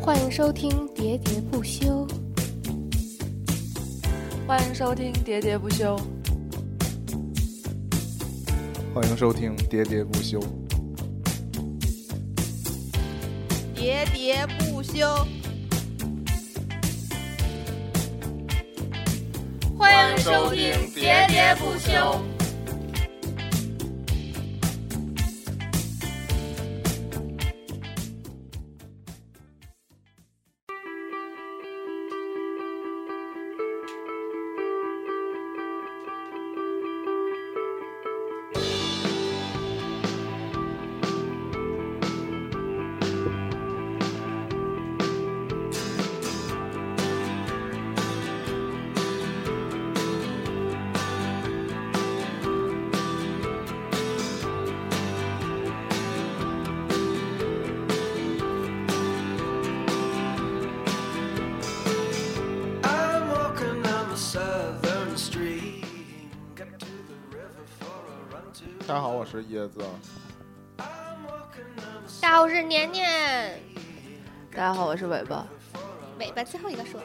欢迎收听《喋喋不休》。欢迎收听《喋喋不休》。欢迎收听《喋喋不休》。喋喋不休。欢迎收听《喋喋不休》。大家好，我是椰子。大家好，我是年年，大家好，我是尾巴。尾巴最后一个说。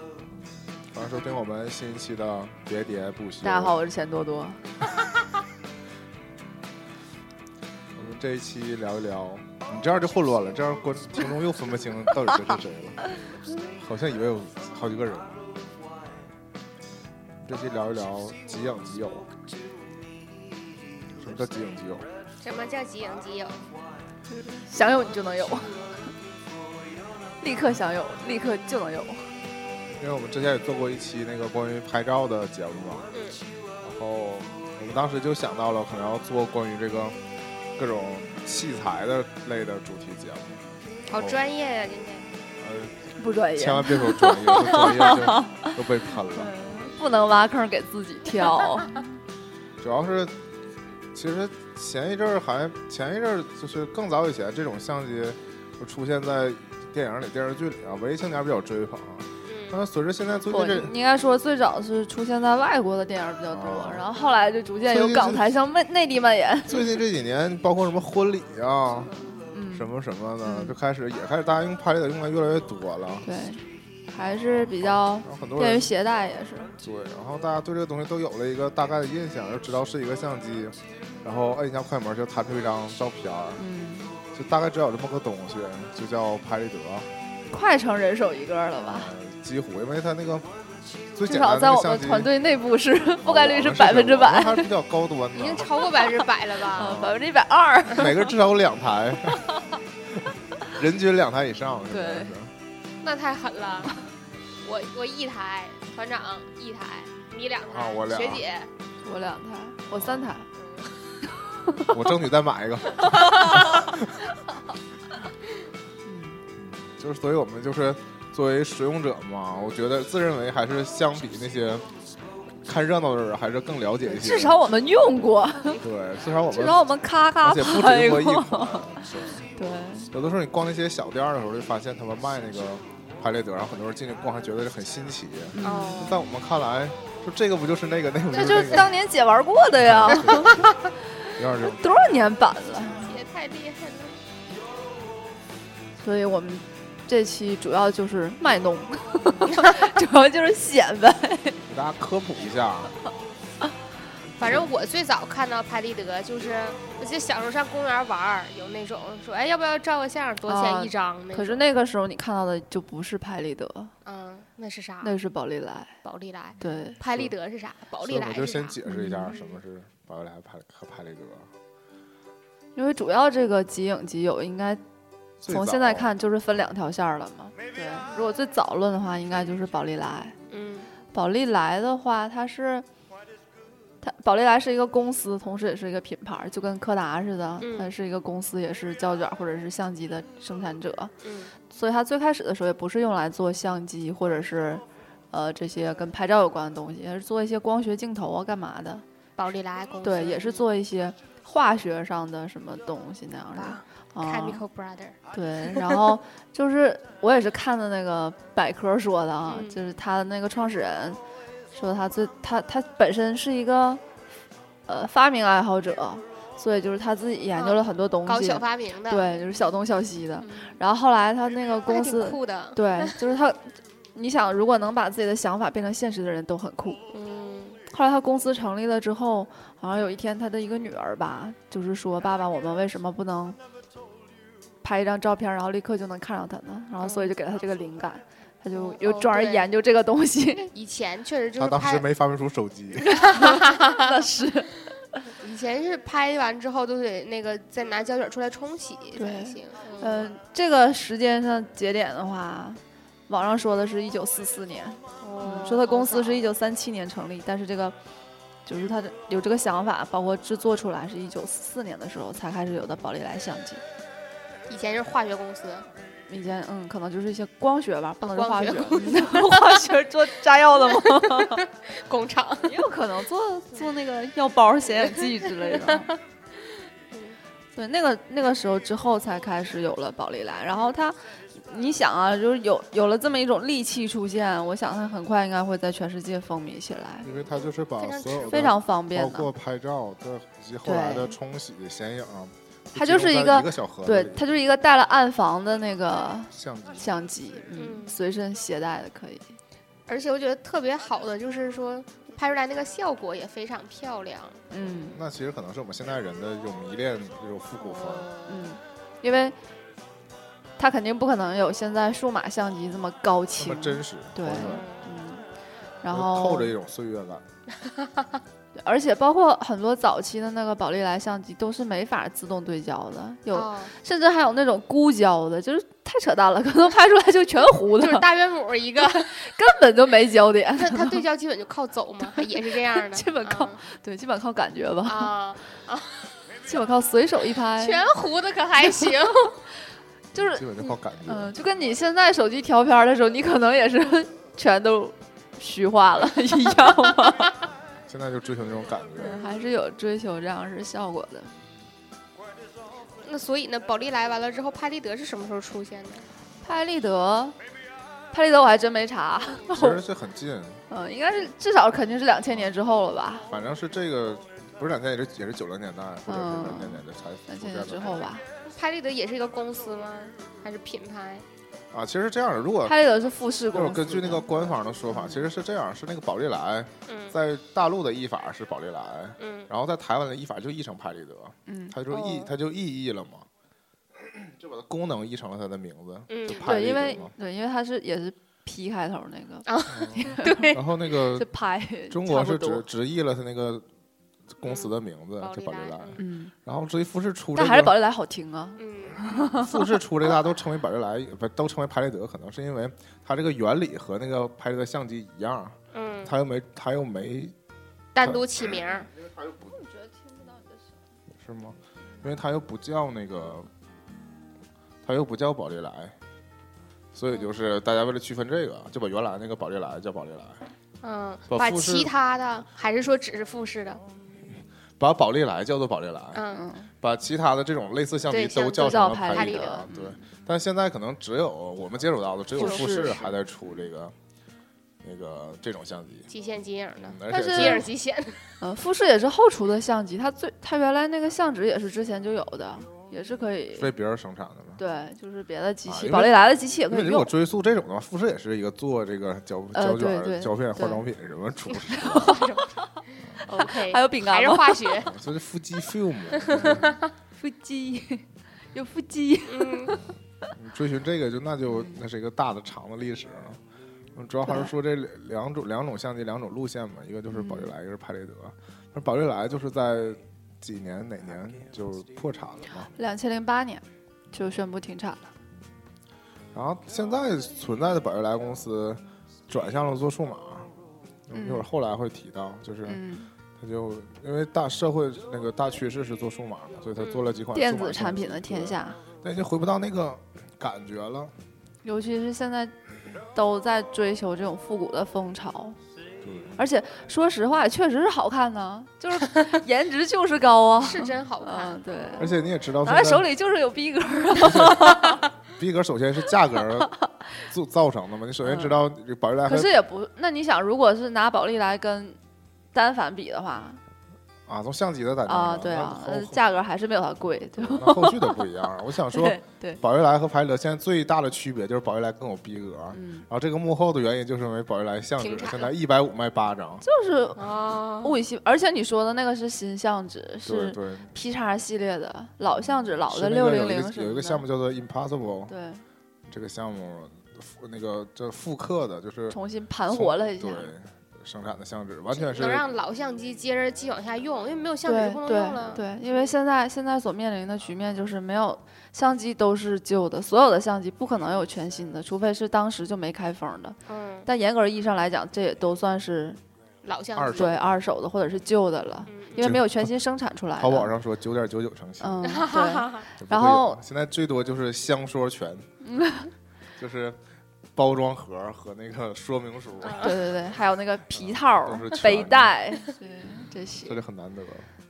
欢迎收听我们新一期的《喋喋不休》。大家好，我是钱多多。我们这一期聊一聊，你这样就混乱了，这样观听众又分不清到底谁是谁了，好像以为有好几个人。这期聊一聊即影即友。什么叫即影即友？什么叫即影即友？想有你就能有，立刻想有，立刻就能有。因为我们之前也做过一期那个关于拍照的节目嘛，嗯，然后我们当时就想到了可能要做关于这个各种器材的类的主题节目。好专业呀、今天。呃，不专业千，万别说专业，说专业就都被喷了。不能挖坑给自己跳。主要是，其实前一阵儿还前一阵儿就是更早以前，这种相机就出现在电影里、电视剧里啊，文艺青年比较追捧。啊但嗯，是随着现在最不，近这你应该说最早是出现在外国的电影比较多哦，然后后来就逐渐由港台向内内地蔓延。最近这几年，包括什么婚礼啊、嗯什，么什么的，嗯就开始也开始大家用拍的用的越来越多了。对，还是比较然后很多便于人携带，也是。对，然后大家对这个东西都有了一个大概的印象，就知道是一个相机，然后按一下快门就弹出一张照片儿，嗯，就大概知道有这么个东西，就叫拍立得。快成人手一个了吧？呃，几乎，因为它那个最至简少单在的我相们机团队内部是覆哦盖率我是们百分之我们百，啊还是比较高端已经的，啊超过百分之百了吧？百分之一百二。每个人至少有 两台，人均两台以上。对应该是 那太狠了。我我一台，团长一台，你两台，啊我俩学姐。我两台，哦我三台，我争取再买 一个。嗯，就是，所以我们就是作为使用者嘛，我觉得自认为还是相比那些看热闹的人，还是更了解一些。至少我们用过，对，至少我至们，少我们咔咔而且不拍止过一过。款。是对，有的时候你逛那些小店儿的时候，就发现他们卖那个拍立得，然后很多人进去逛，还觉得很新奇。哦嗯，在我们看来，说这个不就是那个，那个不这是就那是个，当年姐玩过的 呀，有点这种。多少年版了？姐太厉害了。所以我们这期主要就是卖弄， 主要就是显摆。给大家科普一下，啊 反正我最早看到拍立得就是，我记得小时候上公园玩儿，有那种说，哎，要不要照个相？多少啊钱一张？那可是种那个时候你看到的就不是拍立得，嗯，那是啥？那个是宝丽来。宝丽来。对，拍立得是啥？宝所丽以我来就是先啥？解释一下什么是宝丽来拍和拍立得。因为主要这个即影即有，应该最从早现在，看就是分两条线儿了嘛。对，如果最早论的话，应该就是宝丽来。嗯宝丽来的话，它是它宝丽来是一个公司，同时也是一个品牌，就跟柯达似的嗯，它是一个公司，也是胶卷或者是相机的生产者。嗯所以它最开始的时候也不是用来做相机或者是呃这些跟拍照有关的东西，也是做一些光学镜头啊干嘛的。宝丽来公司对，也是做一些化学上的什么东西那样的。啊啊， ，Chemical Brother，对，然后就是我也是看的那个百科说的啊，嗯就是他的那个创始人说他最他他本身是一个呃发明爱好者，所以就是他自己研究了很多东搞西，小发明的，对，就是小东小西的。嗯，然后后来他那个还公挺司，酷的，对，就是他，你想如果能把自己的想法变成现实的人都很酷。嗯，后来他公司成立了之后，好像有一天他的一个女儿吧，就是说：“爸爸，我们为什么不能拍一张照片，然后立刻就能看上他呢？”然后所以就给了他这个灵感，他就又哦转而对研究这个 东西。以前确实就是他啊当时拍，没发明出手 机，那是以前是拍完之后都得那个再拿胶卷出来冲洗才对行，嗯，嗯，这个时间上节点的话，网上说的是一九四四年，哦呃嗯说他公司是好一九三七年成立，但是这个就是他的有这个想法，包括制作出来是一九四四年的时候才开始有的宝丽来相机。早以前是化学公司，以前嗯，可能就是一些光学吧，不能是光化学学， 化学做炸药的吗？工厂， 也有可能做做那个药包、显影剂之类的。啊 对，那个那个时候之后才开始有了宝丽来，然后它，你想啊，就是有有了这么一种利器出现，我想它很快应该会在全世界风靡起来，因为他就是把非常所有的非常方便包的括。拍照的以及后来的冲洗、显影，它就是集一中个在一个小盒子对里，它就是一个带了暗房的那个相机。相机，嗯，嗯随身携带的可以。而且我觉得特别好的就是说拍出来那个效果也非常漂亮，嗯那其实可能是我们现代人的一种迷恋，这种复古风。嗯，因为它肯定不可能有现在数码相机这么高那清么，真实，对活出来嗯，嗯，然就后透着一种岁月感。而且包括很多早期的那个宝丽来相机都是没法自动对焦的，有、哦甚至还有那种孤焦的，就是太扯淡了，可能拍出来就全糊了，就是大约母 一个，根本就没焦点。 他他对焦基本就靠走嘛，还也是这样的，基本靠对，基本靠感觉吧，啊，基本靠随手一拍，全糊的可还行，就是基本就靠感觉。嗯、就跟你现在手机调片儿的时候，你可能也是 全都虚化了一样吧。现在就追求那种感觉。还是有追求这样是效果的。那所以呢，宝丽来完了之后，拍立得是什么时候出现的？拍立得，拍立得我还真没查，其实是很近，嗯，应该是至少肯定是两千年之后了吧，反正是这个不是两千，也是也是九零年代或者是嗯两千年代才两出千现年之后的吧。拍立得也是一个公司吗？还是品牌？啊。其实是这样的，如果拍立得是富士要公是司的，根据那个官方的说法，其实是这样，是那个宝丽来嗯在大陆的译法是宝丽来，嗯，然后在台湾的译法就译成拍立得，嗯，它就译哦它就意译了嘛，就把它功能译成了它的名字，嗯就拍对，立因得为嘛。对，因为它是也是 P 开头那个，然后那个是拍呃中国是指直直译了它那个公司的名字，就宝丽来。嗯嗯，然后至于富士出这但还是个宝丽来好听啊。嗯，富士出这大都称为宝丽来，不都称为拍立得，可能是因为它这个原理和那个拍立得相机一样，嗯，它又没它又没单独起名儿，是吗？因为它又不叫那个，它又不叫宝丽来，所以就是大家为了区分这个，就把原来那个宝丽来叫宝丽来，嗯，把把富士其他的还是说只是富士的？把宝丽来叫做宝丽来，嗯，嗯，把其他的这种类似相机对像都叫都成叫了拍拍立立得得。对嗯，但现在可能只有我们接触到的，只有就富是士还在出这个那个这种相机。极限极影的嗯，而但且是极影极限，呃，富士也是后出的相机，它最它原来那个相纸也是之前就有的，也是可以是。为别人生产的嘛。对，就是别的机啊器，因为宝丽来的机器也因可为以如果用。追溯这种的话，富士也是一个做这个胶呃胶卷对儿、对胶片、化对妆品什么出身 OK，还有饼还干是吗？化学， 的，所以腹肌 film 嗯腹肌， 有腹肌。嗯，你追寻这个就那就那是一个大的长的历史了。嗯主要还是说这两两种两种相机两种路线嘛，一个就是宝嗯丽来，一个是拍立得。那宝丽来就是在几年哪年就破产了嘛，两千零八年就宣布停产了。然后现在存在的宝丽来公司转向了做数码，嗯一会儿后来会提到，就是。嗯，他就因为大社会那个大趋势是做数码嘛，所以他做了几款电数码子产相机品的天，下。对但已经回不到那个感觉了。尤其是现在都在追求这种复古的风潮，对，而且说实话，确实是好看呢、就是 颜值就是高 啊，是真好看嗯，，对，而且你也知道，拿在手里，里就是有逼格啊，逼格首先是 价格做造成的嘛。你首先知道这宝丽来嗯可和是也不，那你想，如果是拿宝丽来跟单反比的话，啊，从相机的在那儿啊，呢对啊，那呃后价格还是没有它贵，对吧？那后续的不一样。啊我想说，对对，宝玉来和排列德现在最大的区别就是宝玉来更有逼格，啊嗯，然后这个幕后的原因就是因为宝玉来相纸停产现了在一百五卖八张，就是啊，物以稀，而且你说的那个是新相纸，对是对， P 叉系列的老相纸，老的是那六个零有一零个有一个项目叫做 Impossible，对，这个项目复那个这复刻的就是重新盘活了一下对，生产的相纸完全是能让老相机接着继续往下用，因为没有相纸对就不能用对了。对，因为现在现在所面临的局面就是没有相机都是旧的，所有的相机不可能有全新的，除非是当时就没开封的。嗯，但严格意义上来讲，这也都算是老二相机手。对二手的或者是旧的了，嗯因为没有全新生产出来的。淘宝上说九点九九成新，嗯，哈哈对，哈哈也不然会有后现在最多就是香说全， 就是包装盒和那个说明书， 对对对，还有那个皮套嗯都是、全背的带， 这这些。就很难得了。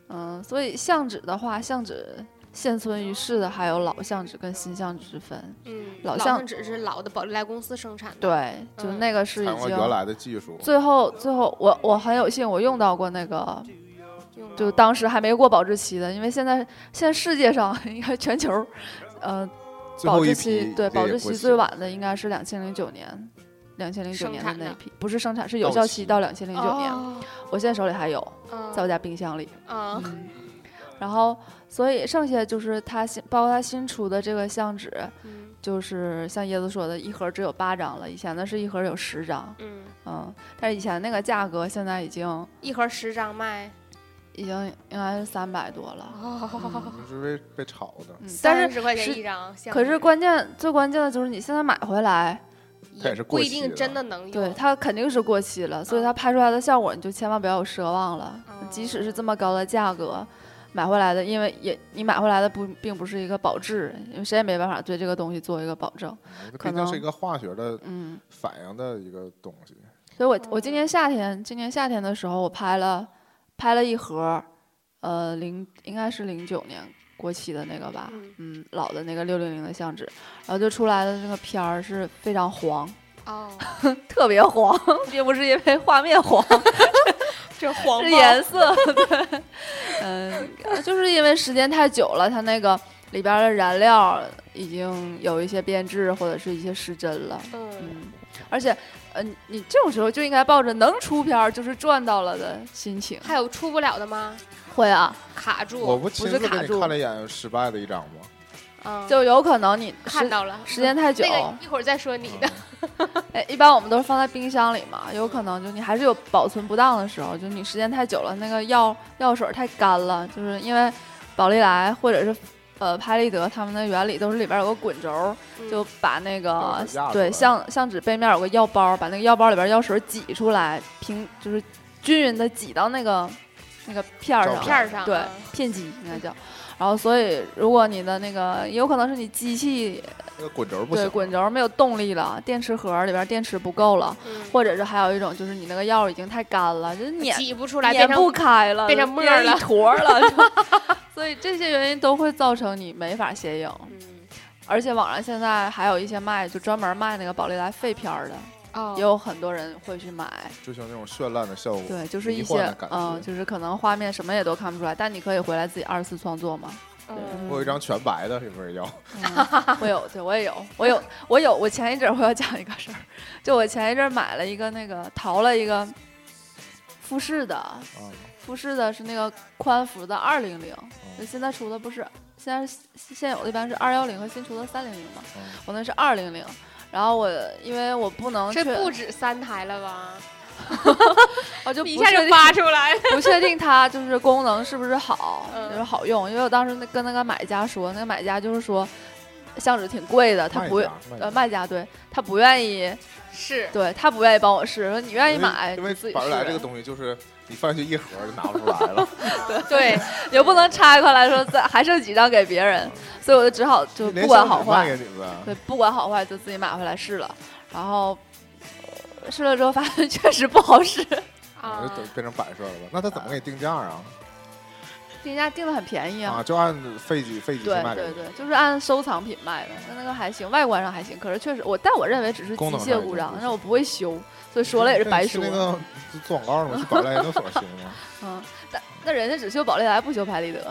嗯，所以相纸的话，相纸现存于世的还有老相纸跟新相纸之分。嗯，老老相纸是老的宝丽来公司生产的。对，就嗯那个是采已用了经原来的技术，最后最后我我很有幸我用到过那个，用就了当时还没过保质期的，因为现在现在世界上 应该全球，呃，最保后质一期批对这保也质过期期最了晚的应该是两千零九年。两千零九生年的产那的一批，不是生产，是有到效期期到两千零九年。哦我现在手里还有，嗯在我家冰箱里。嗯嗯， 然后所以剩下就是他新，包括他新出的这个相纸，嗯就是像椰子说的，一盒只有八张了，以前的是一盒有十张，嗯，嗯，但是以前那个价格现在已经一盒十张卖，已经应该是三百 多了，哦，你是被被炒 的，嗯，但是。十块钱是一张相纸，可是关键最关键的就是你现在买回来，它也是不过一期定的真的能用。对它肯定是过期了，所以它拍出来的效果你就千万不要有奢望了。即使是这么高的价格买回来的，因为也你买回来的不并不是一个保质，因为谁也没办法对这个东西做一个保证。这可毕竟能是一个化学的嗯，反应的一个东西。所以我我今年夏天，今年夏天的时候，我拍了拍了一盒，呃，零应该是零九年过期的那个吧，嗯嗯，老的那个六零零的相纸，然后就出来的那个片儿是非常黄， 哦，特别黄， 并不是因为画面黄， 这黄是颜色， 对，嗯，就是因为时间太久了，它那个里边儿的燃料已经有一些变质或者是一些失真了。嗯，嗯，而且，呃，你你这种时候就应该抱着能出片儿就是赚到了的心情。还有出不了的吗？会啊，卡我住，不亲是自给卡你住看了一眼失败的一张 吗？嗯，就有可能你看时到了。时间太 久那，个一会儿再说嗯你的，哎，一般我们都是放在冰箱里嘛，有可能就你还是有保存不当的时候，就你时间太久了，那个药药水太干了，就是因为宝丽来或者是。呃，拍立得他们的原理都是里边有个滚轴，嗯就把那个把它压出对来相相纸背面有个药包，把那个药包里边药水挤出来，平就是均匀的挤到那个那个片儿照 上，片儿上对嗯，片机应该叫。然后，所以如果你的那个也有可能是你机器那个滚轴不对行，啊滚轴没有动力了，电池盒里边电池不够了，嗯或者是还有一种就是你那个药已经太干了，就是碾挤不出来，碾变不成开了，变成沫儿了一坨儿 了。就所以这些原因都会造成你没法写影，嗯而且网上现在还有一些卖就专门卖那个宝丽来废片儿的，哦也有很多人会去买。追求那种绚烂的效果。对，就是一迷幻些的感嗯，觉就是可能画面什么也都看不出来，但你可以回来自己二次创作嘛。嗯我有一张全白的，是不是要？嗯我有，对我也有，我有，我有。我前一阵儿我要讲一个事儿，就我前一阵儿买了一个那个淘了一个富士的，啊，富士的是那个宽幅的二零零，嗯现在出的不是，现在是现有的一般是二幺零和新出的三零零嘛，嗯我那是二零零。然后我因为我不能确这，不止三台了吧？我就一不下确就定发出来，不确定它就是功能是不是好， 嗯就是好用。因为我当时那跟那个买家说，那个买家就是说，相纸挺贵的，他卖不家卖呃家卖家对他不愿意， 是对他不愿意帮我试，说你愿意因为买因你为自己宝试丽来这个东西就是你放进去一盒就拿不出来了， 对，也不能拆开来说再还剩几张给别人，所以我就只好就连不管箱好纸卖坏，给你们，对，不管好坏就自己买回来试了，然后。呃试了之后发现确实不好 使，啊就，等变成摆设了吧？那他怎么给你定价啊？定价定的很便宜啊，就按废几废几去对卖给对你。对，就是按收藏品卖的，那那个还行，外观上还行，可是确实我，但我认为只是机功能械上故已经障不，那行我不会修，所以说了也是白 你说 去。那个做广告的吗？去宝丽来研究所行吗？嗯，但那人家只修宝丽来，不修拍立得，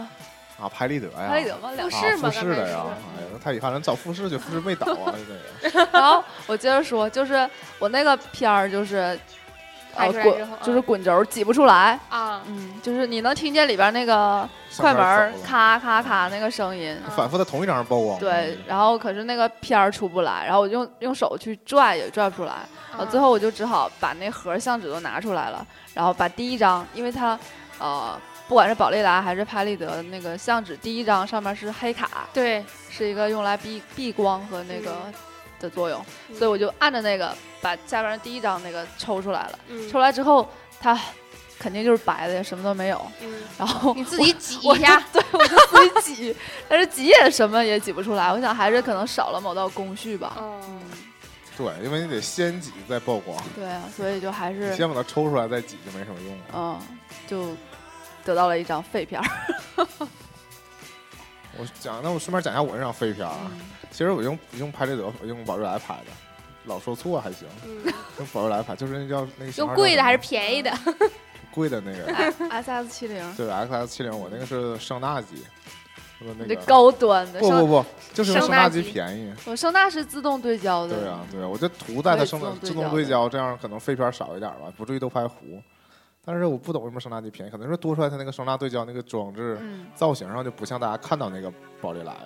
啊，拍立得呀，拍立得嘛，两不个啊是吗富士的呀，刚才说哎呀，那太遗憾了，你找富士去，富士没倒 啊，这个。然后我接着说，就是我那个片儿就是，拍呃出来之滚后嗯就是滚轴挤不出来，啊，嗯，就是你能听见里边那个向快门边儿走了咔咔咔那个声音，啊反复在同一张上曝光。嗯对，然后可是那个片儿出不来，然后我就用用手去拽也拽不出来，啊然后最后我就只好把那盒相纸都拿出来了，然后把第一张，因为它呃不管是宝丽来还是拍立得那个相纸，第一张上面是黑卡，对，是一个用来避避光和那个的作用，嗯所以我就按着那个把下边第一张那个抽出来了，嗯抽出来之后它肯定就是白的，什么都没有，嗯，然后你自己挤我一下，就，对我就自己挤，但是挤也什么也挤不出来。我想还是可能少了某道工序吧。哦，对，因为你得先挤再曝光，对啊，所以就还你是先把它抽出来再挤就没什么用了。嗯，就得到了一张废片儿。我讲，那我顺便讲一下我那张废片儿啊。其实我用用拍立得，我用宝瑞来拍的，老说错还行，嗯， 用宝瑞来拍，就是那叫那个型用号叫贵的什么还是便宜的？贵的那个？哎 S S 七零，对，XS 七零，我那个是盛大机，我 那你这个高端的。不不声不，就是用盛盛大大机机便宜。我声大是自动对焦的。对啊，对啊，我就图在我它也生的自自动对焦动对的焦，这样可能废片少一点吧，不至于都拍糊。但是我不懂为什么声大机便宜，可能是多出来它那个声大对焦那个装置嗯，造型上就不像大家看到那个宝丽来了，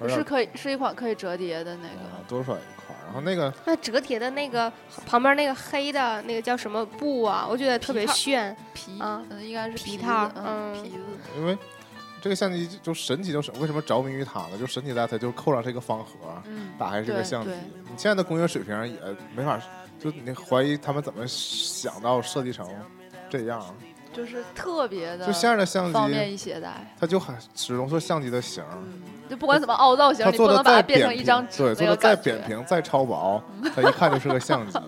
有点是可以是一款可以折叠的那啊个。多出来一块儿。然后那个那折叠的那个旁边那个黑的那个叫什么布啊？我觉得特别皮套炫，皮，啊嗯，应该是皮皮套子嗯嗯，皮子。因为这个相机就就神奇，就是为什么着迷于它呢？就神奇在它就扣上这个方盒，嗯，打开这个对相机对。你现在的工业水平也没法，就你怀疑他们怎么想到设计成这样。就是特别的就现在的相方机，便一携带。嗯它就很始终是相机的型儿。嗯就不管怎么凹造型，它你做不的能把再它变扁成一平，张纸对，那做个的再感扁觉。平、再超薄， 它一看就是个相机。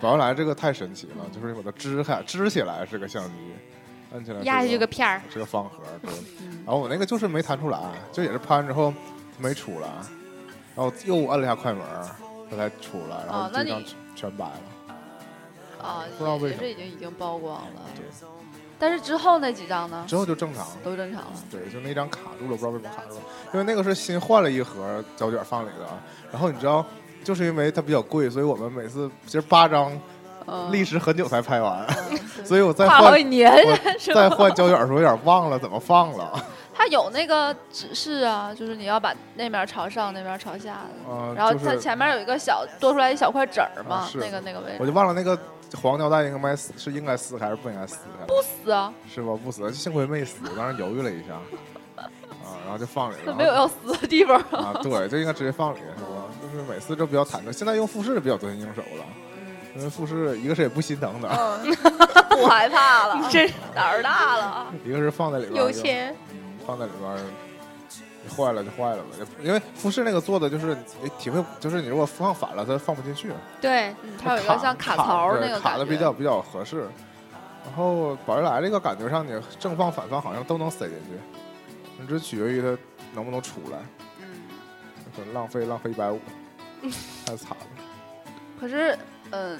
宝丽来这个太神奇了，就是把它支开、支起来是个相机，摁起来是压下去个片儿，是个方盒。对，嗯然后我那个就是没弹出来，就也是拍完之后没出来，然后又摁了一下快门，它才出来，然后哦那这你张全白了。啊，不知道为也什是么已经已经曝光了对。但是之后那几张呢，之后就正常了。都正常了。对，就那张卡住了，不知道为什么卡住了，因为那个是新换了一盒胶卷放里的，然后你知道，就是因为它比较贵，所以我们每次其实八张嗯，历时很久才拍完，嗯 所以我再跨好换几年我是再吧？换胶卷的时候有点忘了怎么放了， 它有那个指示啊，就是你要把那面朝上，那面朝下的。呃，然后就它是前面有一个小多出来一小块纸儿嘛啊，是那个那个位我置就忘了那个黄胶带应该撕是应该撕开还是不应该撕开了，不死啊，是吧？不撕，幸亏没撕，我当时犹豫了一 下，啊，然后就放里了，那没有要死的地方。啊，对，就应该直接放里，是吧？就是每次都比较忐忑，现在用富士比较得心应手了。因为富士一个是也不心疼它， 嗯，不害怕了，真胆儿大了。啊一个是放在里边儿有就钱，放在里边儿你坏了就坏了呗。因为富士那个做的就是你体会，就是你如果放反了，它放不进去。对，嗯它有一个像卡槽对那个卡感的觉，比较比较合适。然后宝丽来这个感觉上，你正放反放好像都能塞进去，你只取决于它能不能出来。嗯。可能浪费浪费 一百五，太惨了。可是，嗯，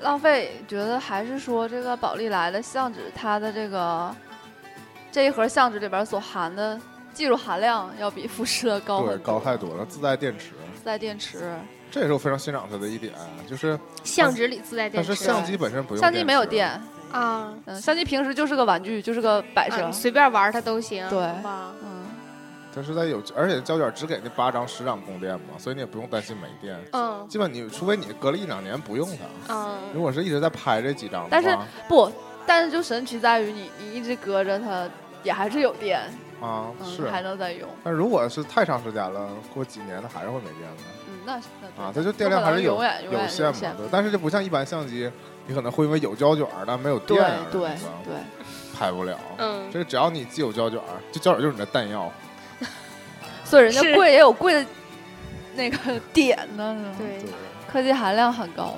浪费觉得还是说这个宝丽来的相纸，它的这个这一盒相纸里边所含的技术含量要比富士的高对，很多高太多了，自带电池，自带电池，这也是我非常欣赏它的一点，啊就是相纸里自带但电是池，相机本身不用，相机没有电，，啊，嗯，相机平时就是个玩具，就是个摆设，啊随便玩儿它都行，对哇嗯，它是在有，而且胶卷只给那八张、十张供电嘛，所以你也不用担心没电。嗯基本你除非你隔了一两年不用它，如嗯，果是一直在拍这几张的话，啊但是不，但是就神奇在于你，你一直隔着它。也还是有电，啊嗯，是，还能再用，但如果是太长时间了，过几年它还是会没电的嗯，那是那对啊，它就电量还是有不可能永远永远有限有嘛限，对但是就不像一般相机，你可能会因为有胶卷但没有对电啊，对是吧对，拍不了。嗯这个只要你既有胶卷，这胶卷就是你的弹药。所以人家是贵也有贵的那个 点呢，是吧对，科技含量很高。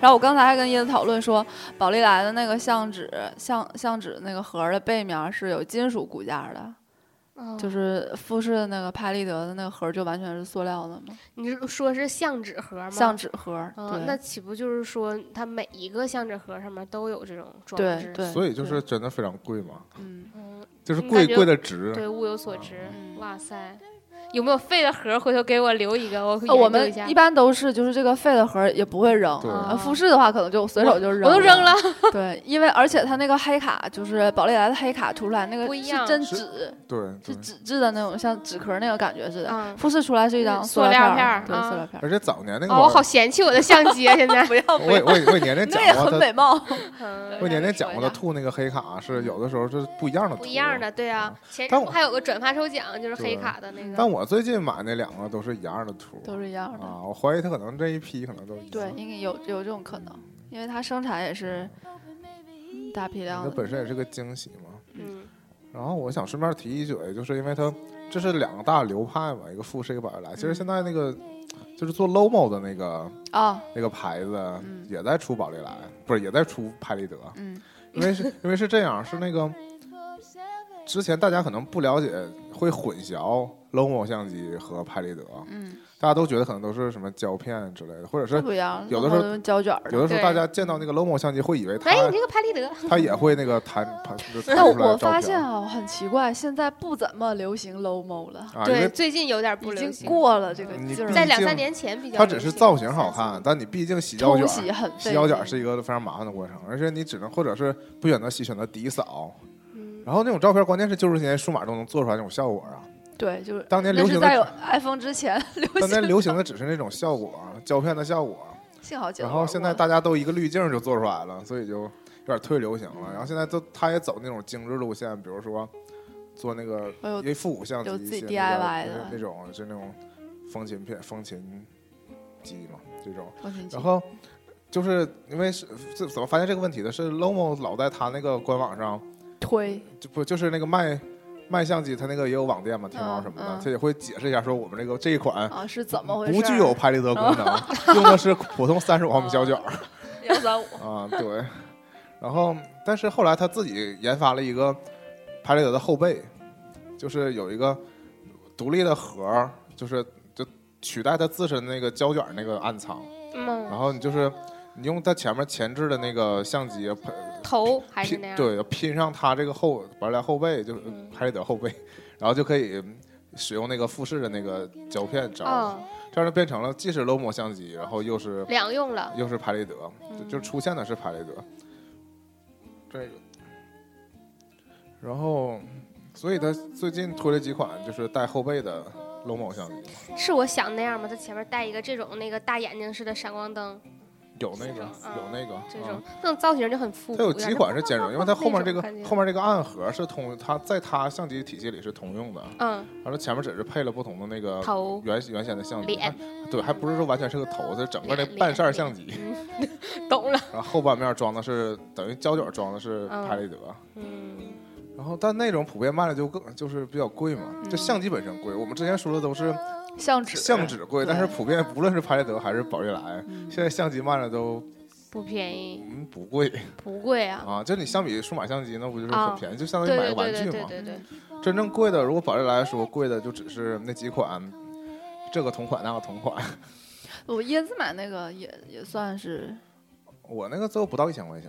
然后我刚才还跟椰子讨论说，宝丽来的那个相纸相相纸那个盒儿的背面是有金属骨架的，哦就是富士的那个拍立得的那个盒儿就完全是塑料的嘛，你是说是相纸盒吗？像纸盒儿。嗯，那岂不就是说它每一个相纸盒上面都有这种装对置？对对，所以就是真的非常贵嘛，嗯，嗯，就是嗯贵感觉贵的值。对，物有所值。嗯哇塞，有没有废的盒？回头给我留一个，我呃，我研究们一下啊一。般都是就是这个废的盒儿也不会扔，对呃，富士的话可能就随手就扔，我都扔了。对，因为而且它那个黑卡就是宝丽来的黑卡出来那不个一是样真是纸，对是对，纸质的那种，像纸壳儿那个感觉似的。嗯，富士出来是一张是料塑料片儿片儿对，啊塑料片儿。而且早年那个哦，我好玩意嫌弃我的相机啊！现在，不要儿， 我也我也我也年年讲那也过很他，美 貌。嗯我也年让年你讲说过一他下吐那个黑卡是有的时候是不一样的，不一样。的，对啊。前嗯但阵不我还有个转发抽奖，就是黑对嗯卡的那但个。我最近买那两个都是一样的图，都是一样的。啊，我怀疑他可能这一批可能都一样对，应该有有这种可能，因为它生产也是嗯大批量那的。本身也是个惊喜嘛。嗯，然后我想顺便提一嘴，就是因为它这是两个大流派嘛，一个富士，一个百瑞来。其实现在那个就是做 Lomo 的那个啊，那个牌子嗯也在出宝丽来，不是也在出拍立得，嗯因为是因为是这样，是那哎个之前大家可能不了解，会混淆 Lomo 相机和拍立得，嗯，大家都觉得可能都是什么胶片之类的，或者这是不一样，有的弄时候得用胶卷儿有的的。时候对大家见到那个 Lomo 相机会以为它哎，你这个拍立得，它也会那个弹弹就但弹出来我的照发片现啊，我很奇怪，现在不怎么流行 LOMO 了，啊，因对，为最近有点不已流经行，过了这个嗯你劲儿毕了，在两竟三年前比较它流行。只是造型好看，但你毕竟洗胶冲卷洗儿，很费洗胶卷儿劲是一个非常麻烦的过程，而且你只能或者是不选择洗，选择底扫。嗯，然后那种照片，关键是就是现在数码都能做出来这种效果啊。对，就是当年那流是行在有的， iPhone 之前 流当年行，流行的只是那种效果，胶片的效果。幸好姐然玩后过现在大家都一个滤镜就做出来了，所以就有点退流行了。然后现在都他也走那种精致路线，比如说做那个我有因为复古相机哎有一自己些 DIY 的那种是那种风琴片、风琴机嘛这种。我挺然记后就是因为是这怎么发现这个问题的？是 Lomo 老在他那个官网上，推就不就是那个卖卖相机，他那个也有网店嘛，天猫嗯什么的嗯，他也会解释一下说我们这个这一款。啊是怎么回事？啊不具有拍立得功能，用的是普通三十五毫米胶卷儿幺三 五，啊，对。然后，但是后来他自己研发了一个拍立得的后背，就是有一个独立的盒儿，就是就取代它自身那个胶卷儿那个暗藏。然嗯，后你就是你用它前面前置的那个相机喷头还是拼那样。对拼上它这个后玩来后背，就是嗯拍立得后背，然后就可以嗯使用那个富士的那个胶片照，哦，这样就变成了既是 Lomo 相机，然后又是两用了。又是拍立得，嗯就就出现的是拍立得这个，然后所以它最近推了几款就是带后背的 Lomo 相机，是我想那样吗？它前面带一个这种那个大眼睛似的闪光灯，有那个嗯有那个这嗯种、那种造型就很复古。它有几款是？是兼容，因为它后面这个那种感觉后面这个暗盒是通，它在它相机体系里是通用的，嗯，完了前面只是配了不同的那个头原原先的相机，脸还对，还不是说完全是个头，它是整个那脸半扇脸嗯相机，嗯懂了。然后后半面装的是等于胶卷装的是嗯拍立得，嗯，然后但那种普遍卖的就更就是比较贵嘛，就相机本身贵，我们之前说的都是相纸相纸贵，对但是普遍无论是拍立得还是宝丽来，嗯现在相机卖的都不便宜，嗯不贵不贵啊。啊，就你相比数码相机那不就是很啊便宜，就相当于对买对个玩对具对嘛对。对对，真正贵的，如果宝丽来说贵的，就只是那几款，这个同款那个同款。 我椰子买那个也也算是，我那个最后不到一千块钱，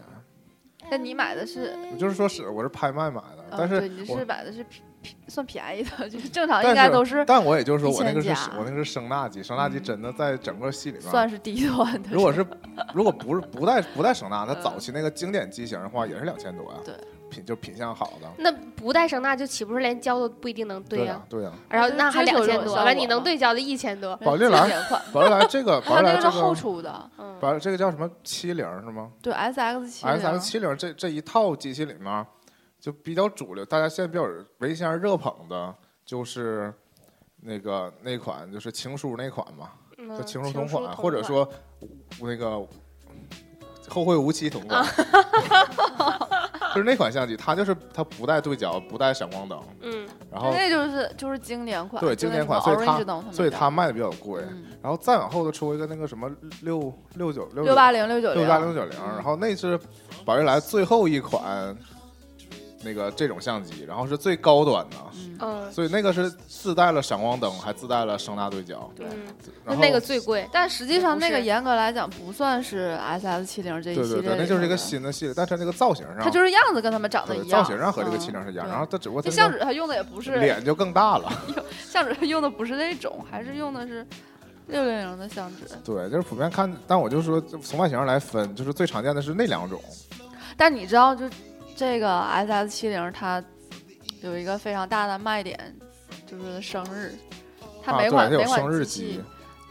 但你买的是，我就是说是我是拍卖买的，呃但对，你是我是买的是便便算便宜的， 就是正常但应该是都是但我也就是说我那个一是千加我那个是声纳机，声纳机嗯真的在整个系里面，算是低端的。如果是如果不是不带不带声纳，它嗯早期那个经典机型的话也是两千多呀，对，品就品相好的，那不带声纳就岂不是连胶都不一定能对呀呀？对呀。啊然后那还追求两这千种多，效完果你能嘛对胶的一千多。宝丽来经典款，宝丽来这 个它宝丽那来个这是后个出的，嗯，宝这个叫什么七零是吗对 S X 七？S X 七零这这一套机器里面，就比较主流，大家现在比较为先热捧的就是那个那款就是情书那款嘛，叫嗯情书书同款，款，或者说那个后会无期同款，就是那款相机，它就是它不带对角，不带闪光灯，嗯，然后那就是就是经典款，对就经那典款，什所哎么以 Orange 灯它们所以家它卖的比较贵。嗯然后再往后的出一个那个什么六六九六六八零六九啊六八零九零，然后那是宝丽来最后一款那个这种相机，然后是最高端的，嗯，所以那个是自带了闪光灯，还自带了声大对焦。对嗯然后那个最贵，但实际上，不那个是严格来讲不算是 S S 七零这一对系列对里对，面的，那就是一个新的系列，但是那个造型上，它就是样子跟他们长得对一样，造型上和这个嗯七零是一样，对然后它只不过它那相纸它用的也不是脸就更大了。相纸它用的不是那种，还是用的是六六零的相纸。对，就是普遍看，但我就说就从外形上来分，就是最常见的是那两种。但你知道，就这个 S S 七零它有一个非常大的卖点，就是生日，它啊，每对，款、它每有款生日机机器，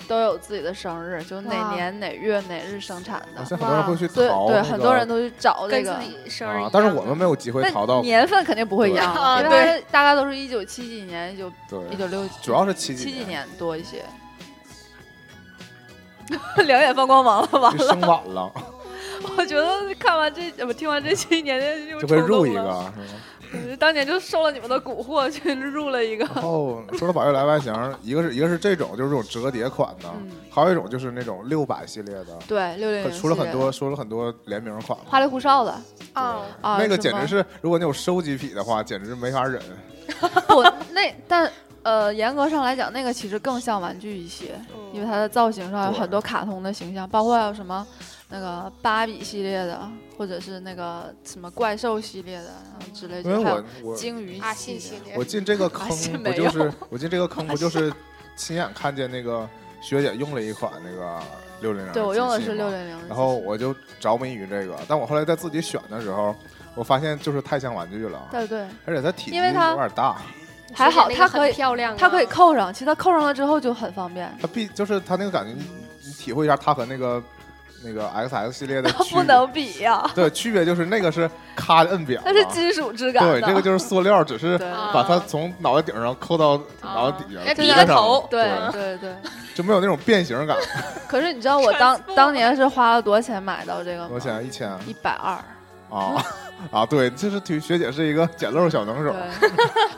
都有自己的生日，就哪哇年哪月哪日生产啊的，现在很多人会去所以淘、对那个，很多人都去找这跟个自。己生日一啊样，，但是我们没有机会淘到啊但。年份肯定不会一样，对因为它大概都是一九七几年、一九一对，九六，主要是七七几年，年多一些。 两眼放光芒了，完就了。生晚了，我觉得看完这呃不听完这期年年又就会冲动入一了，个，是吗？嗯当年就受了你们的蛊惑去入了 一个。然后说到宝悦来外形，一个是一个是这种就是这种折叠款的，嗯还有一种就是那种六百系列的，对，六零可零出了很多出了很多联名款了。花里胡哨的哦，啊，那个什简么直是，如果你有收集癖的话，简直没法忍。 不那但呃，严格上来讲，那个其实更像玩具一些，嗯因啊为它的造型上有对很多卡通的形象，包括还有什么那个芭比系列的，或者是那个什么怪兽系列的然后之类因的，为还有我我鲸鱼阿系信系列。列我，进这个坑发现不没有就是我进这个坑不就是亲眼看见那个学姐用了一款那个六零零，对我用的是六。零零，然后我就着迷于这个，但我后来在自己选的时候，我发现就是太像玩具了，对对，而且它体积因为它有点大，还好它它可以漂亮啊，它可以扣上，其实它扣上了之后就很方便。它必就是它那个感觉，你你体会一下它和那个那个 XS 系列的 区不别。能比呀、对，区别就是那个是咔的摁表嘛，它是金属质感的。对，这个就是塑料，只是对 啊哎啊把它从脑袋顶上扣到脑袋底下，再就低是个上头对对对。就没有那种变形感。可是你知道我当当年是花了多少钱买到这个多少吗？钱？一千啊一百二。啊！ 对，就是体育学姐是一个捡漏小能手，对，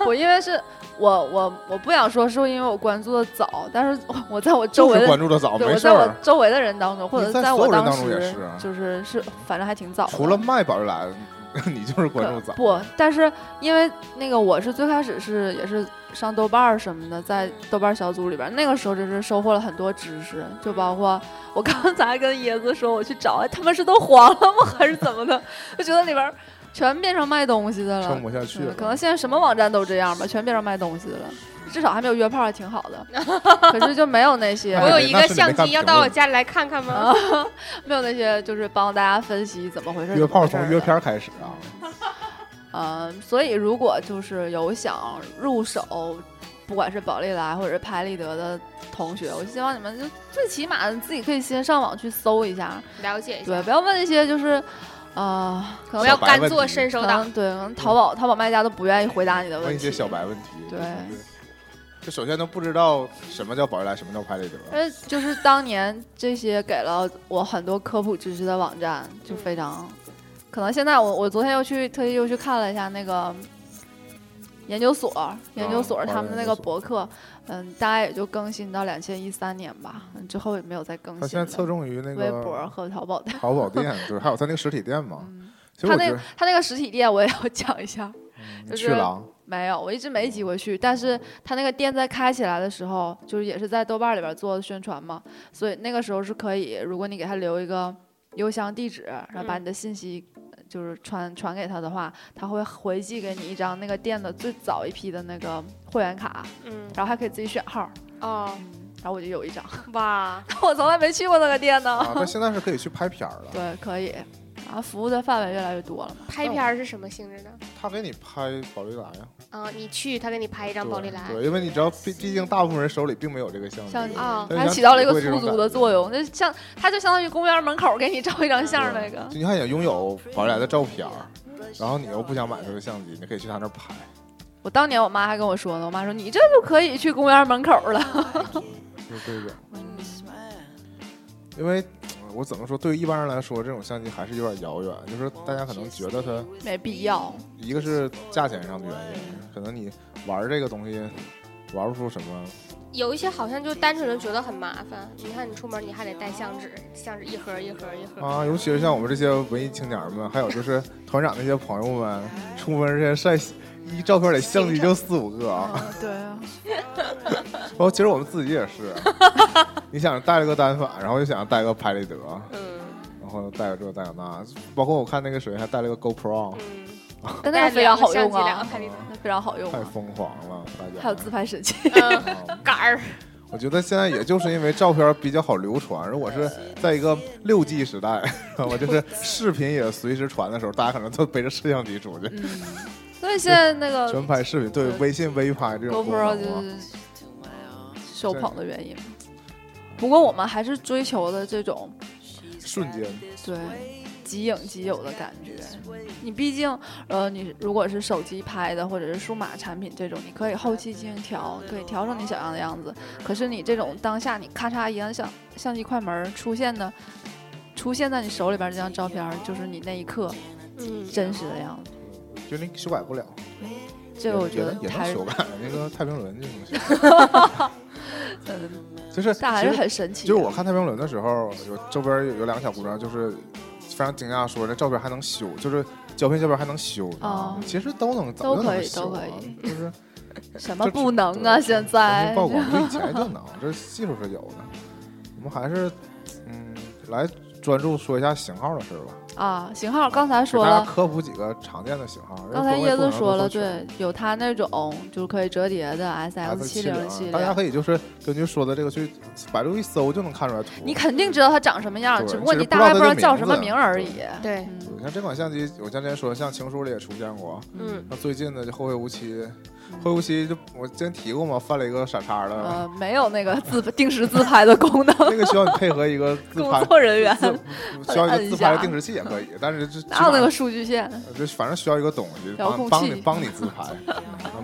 我因为是我我我不想说是因为我关注的早，但是我我在我周就围是的关注的早，对我没事在我儿。啊周围的人当中，或者你在所我有人当当中也时是啊就是是反正还挺早的。除了卖宝玉兰， 你就是关可注早。不，但是因为那个我是最开始是也是上豆瓣儿什么的，在豆瓣儿小组里边儿，那个时候真是收获了很多知识，就包括我刚才跟椰子说我去找，哎他们是都黄了吗，还是怎么的？就觉得里边儿全变成卖东西的了撑，不下去嗯了，可能现在什么网站都这样吧，全变成卖东西的了。至少还没有约炮，还挺好的。可是就没有那些，我有 哎一个那是你没相看机，要评到我论家里来看看吗？啊，没有那些就是帮大家分析怎么回事儿。约炮怎么从回事约儿的片儿开始啊，呃，所以如果就是有想入手，不管是宝丽来或者是拍立得的同学，我希望你们就最起码自己可以先上网去搜一下，了解一下，对，不要问那些就是，呃，可不能要小白甘问做题啊伸手可党能，对，可能淘宝淘宝卖家都不愿意回答你的问问一题些。小白问题。对就是，就首先都不知道什么叫宝玉兰，什么叫拍立得。而且呃就是当年这些给了我很多科普知识的网站，就非常，嗯可能现在我我昨天又去特意又去看了一下那个研究所，研究所啊华他人们研那究个所博客，嗯，大概也就更新到两千一三年吧，嗯之后也没有再更它新现在了。侧重于那微博个和淘宝的， 淘宝店，对，还有它那个实体店嘛。嗯，其实他我觉那个得他那个实体店我也要讲一下，嗯就是去 了啊，没有，我一直没机会去。但是他那个店在开起来的时候，就是也是在豆瓣里边做宣传嘛，所以那个时候是可以，如果你给他留一个邮箱地址，然后把嗯你的信息呃就是传传给他的话，他会回寄给你一张那个店的最早一批的那个会员卡，嗯，然后还可以自己选号。哦，然后我就有一张， 哇，我从来没去过那个店呢。啊，但现在是可以去拍片儿了。 对，可以。然后服务的范围越来越多了嘛。拍片儿是什么性质呢？他给你拍宝丽来呀，啊，你去他给你拍一张宝丽来，对，因为你知道，毕毕竟大部分人手里并没有这个相机，相机啊对它想起到了一个体会出这种租感的觉作用，那像它就相当于公园门口给你照一张相那个。就你还想拥有宝丽来的照片儿，然后你又不想买他的相机，你可以去他那儿拍。我当年我妈还跟我说呢，我妈说你这就可以去公园门口了。就这种，因为呃我怎么说，对于一般人来说，这种相机还是有点遥远。就是大家可能觉得它， 没必要，一个是价钱上的原因，可能你玩这个东西玩不出什么有一些好像就单纯的觉得很麻烦。你看你出门你还得带相纸，相纸一盒一盒一盒。啊，尤其是像我们这些文艺青年们，还有就是团长那些朋友们，出门之前晒一照片得相机就四五个啊。啊，对啊，然后其实我们自己也是，你想带了个单反，然后又想带个拍立得，嗯然后带个这带个那，包括我看那个谁还带了个 GoPro，嗯，但哦那带个非常好用两个啊，拍 立得，那非常好用太啊，疯狂了，大家。还有自拍神器。嗯，啊杆 儿，我觉得现在也就是因为照片比较好流传，如果是在一个六 G 时代， 我就是视频也随时传的时候，大家可能都背着摄像机出去，嗯， 所以现在那个全拍视频，对对微信微拍这种嗯功 GoPro 就能啊，是受捧的原因。不过我们还是追求的这种瞬间对即影即有的感觉。你毕竟呃，你如果是手机拍的或者是数码产品这种，你可以后期进行调，可以调整你想要的样子。可是你这种当下你咔嚓一按相相机快门儿出现的。出现在你手里边儿这张照片儿，就是你那一刻嗯，真实的样子。就你修改不了，这个我觉也得能也还能是修改那个太平轮就能修改，嗯，就是 但还是其实很神奇的。啊就是我看太平轮的时候，有周边有有两个小姑娘，就是非常惊讶说这照片还能修，就是胶片胶片还能修呢哦其实都能早就都可能以修都了可以，就是。什么这不能啊？对现重在 新曝光，我以前就能，这技术是有的。我们还是嗯，来专注说一下型号的事儿吧。啊，型号刚才说给大家了，科普几个常见的型号。刚才因为椰各位子不说可能了，都全对，有它那种就是可以折叠的 S X ，S 七七啊零系大家列，可以就是根据说的这个去百度一搜就能看出来图。你肯定知道它长什么样，对只不过只你是大不知概道不它知道的叫名什么字名儿而已。嗯对，对像这款相机，我像之前说，像情书里也出现过。嗯，那最近的就后会无期，后会无期就我之前提过嘛，犯了一个傻叉的，嗯呃，没有那个自定时自拍的功能，那个需要你配合一个 自工拍，作人员自需要一摁个一自拍的下定时器也可以，但是这哪有那个数据 线？就反正需要一个东西遥控帮帮你器帮你自 拍，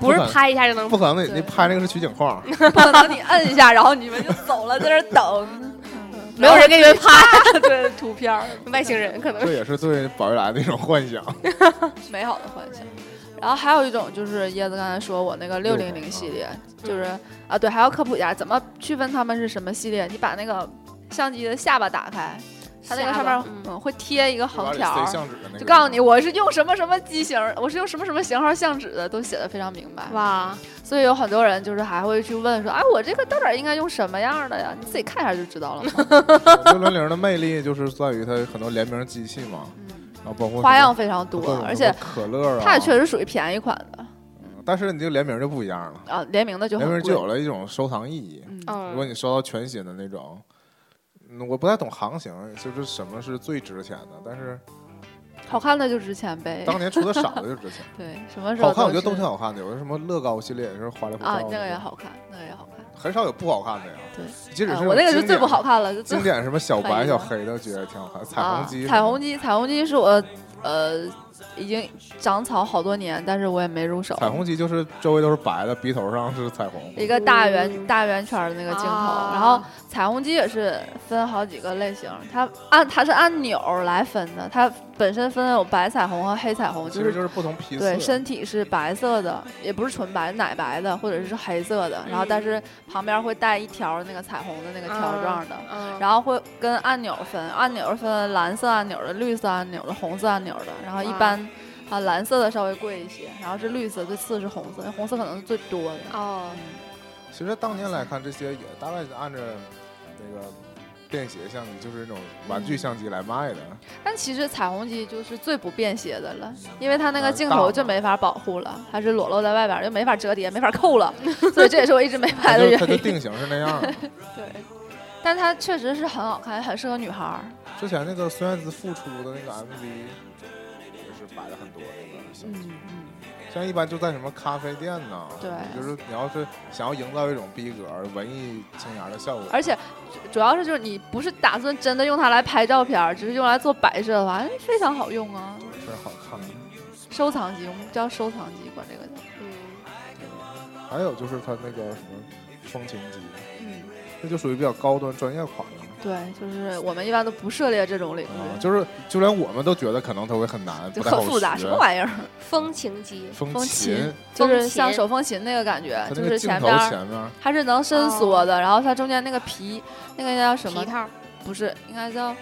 不是可能拍一下就能不可能，你对你拍那个是取景框， 不可能你摁一下，然后你们就走了，在那儿 等。没有人给你们拍，对，图片 儿外星人可能这也是对宝玉来的一种幻想。美好的幻想。然后还有一种就是椰子刚才说我那个六零零系列，就是啊对，还要科普一下怎么区分它们是什么系列。你把那个相机的下巴打开，它那个上下巴面嗯嗯会贴一个横条把你儿塞，相纸的那个，就告诉你我是用什么什么机型，我是用什么什么型号相纸的，都写的非常明白。哇，所以有很多人就是还会去问说，哎，我这个到底应该用什么样的呀？你自己看一下就知道了嘛。六零零的魅力就是在于它有很多联名机器嘛，嗯然后包括花样非常什么多各种什，么而且可乐啊，它也确实属于便宜款的但是你这个联名就不一样了，啊，联名的就很联名贵。就有了一种收藏意义。嗯如果嗯，你收到全新的那种，嗯我不太懂行情，就是什么是最值钱的，但是好看的就值钱呗。当年出的少的就 值钱。对，什么时候好看，我觉得都东是西好看的，有的什么乐高系列也是花里胡哨啊的，那个也，好看，那个也好看。很少有不好看的呀。对，即使啊是我那个是经典最不好看了，就最经典什么小反白、应小黑的，觉得挺好看。彩啊虹机，彩虹机，彩虹机是我呃已经长草好多年，但是我也没入手。彩虹机就是周围都是白的，鼻头上是彩虹。一个大圆大圆圈儿的那个镜头，啊然后彩虹机也是分好几个类型，它按它是按钮儿来分的，它本身分有白彩虹和黑彩虹，其就实是就是不同批次。对，身体是白色的，也不是纯白，奶白的或者是黑色的，然后但嗯是旁边会带一条那个彩虹的那个条状啊的，嗯，然后会跟按钮分，按钮分蓝色按钮的、绿色按钮的、红色按钮的，然后一哇般啊蓝色的稍微贵一些，然后是绿色，最次是红色，红色可能是最多的。啊哦，其实当年来看，这些也大概按照那个便携相机，就是那种玩具相机来卖 的。但其实彩虹机就是最不便携的了，因为它那个呃镜大头嘛就没法保护了，还是裸露在外边儿，就没法折叠，没法扣 了，所以这也是我一直没它拍的就原它就因。定型是那 样的。对，但它确实是很好看，很适合女孩儿。之前那个孙燕姿复出的那个 MV 也是摆了很多那个相机。嗯，像一般就在什么咖啡店呐，对就是你要是想要营造一种逼格、文艺青年的效果，而且主要是就是你不是打算真的用它来拍照片儿，只是用来做摆设的话，哎非常好用啊。非常好看。收藏机，我们叫收藏机，管这个叫。嗯，还有就是它那个什么风情机，嗯，那就属于比较高端专业款的对，就是我们一般都不涉猎这种领了啊，域，就是就连我们都觉得可能它会很难，嗯就不太很好复杂，学什么玩意儿？风情机，风风琴琴，就是风像琴手风琴那个感觉它，那就个是镜头边儿前面儿它是能伸缩的，然后它中间那个皮，那个叫什么皮？套儿，不是，应该叫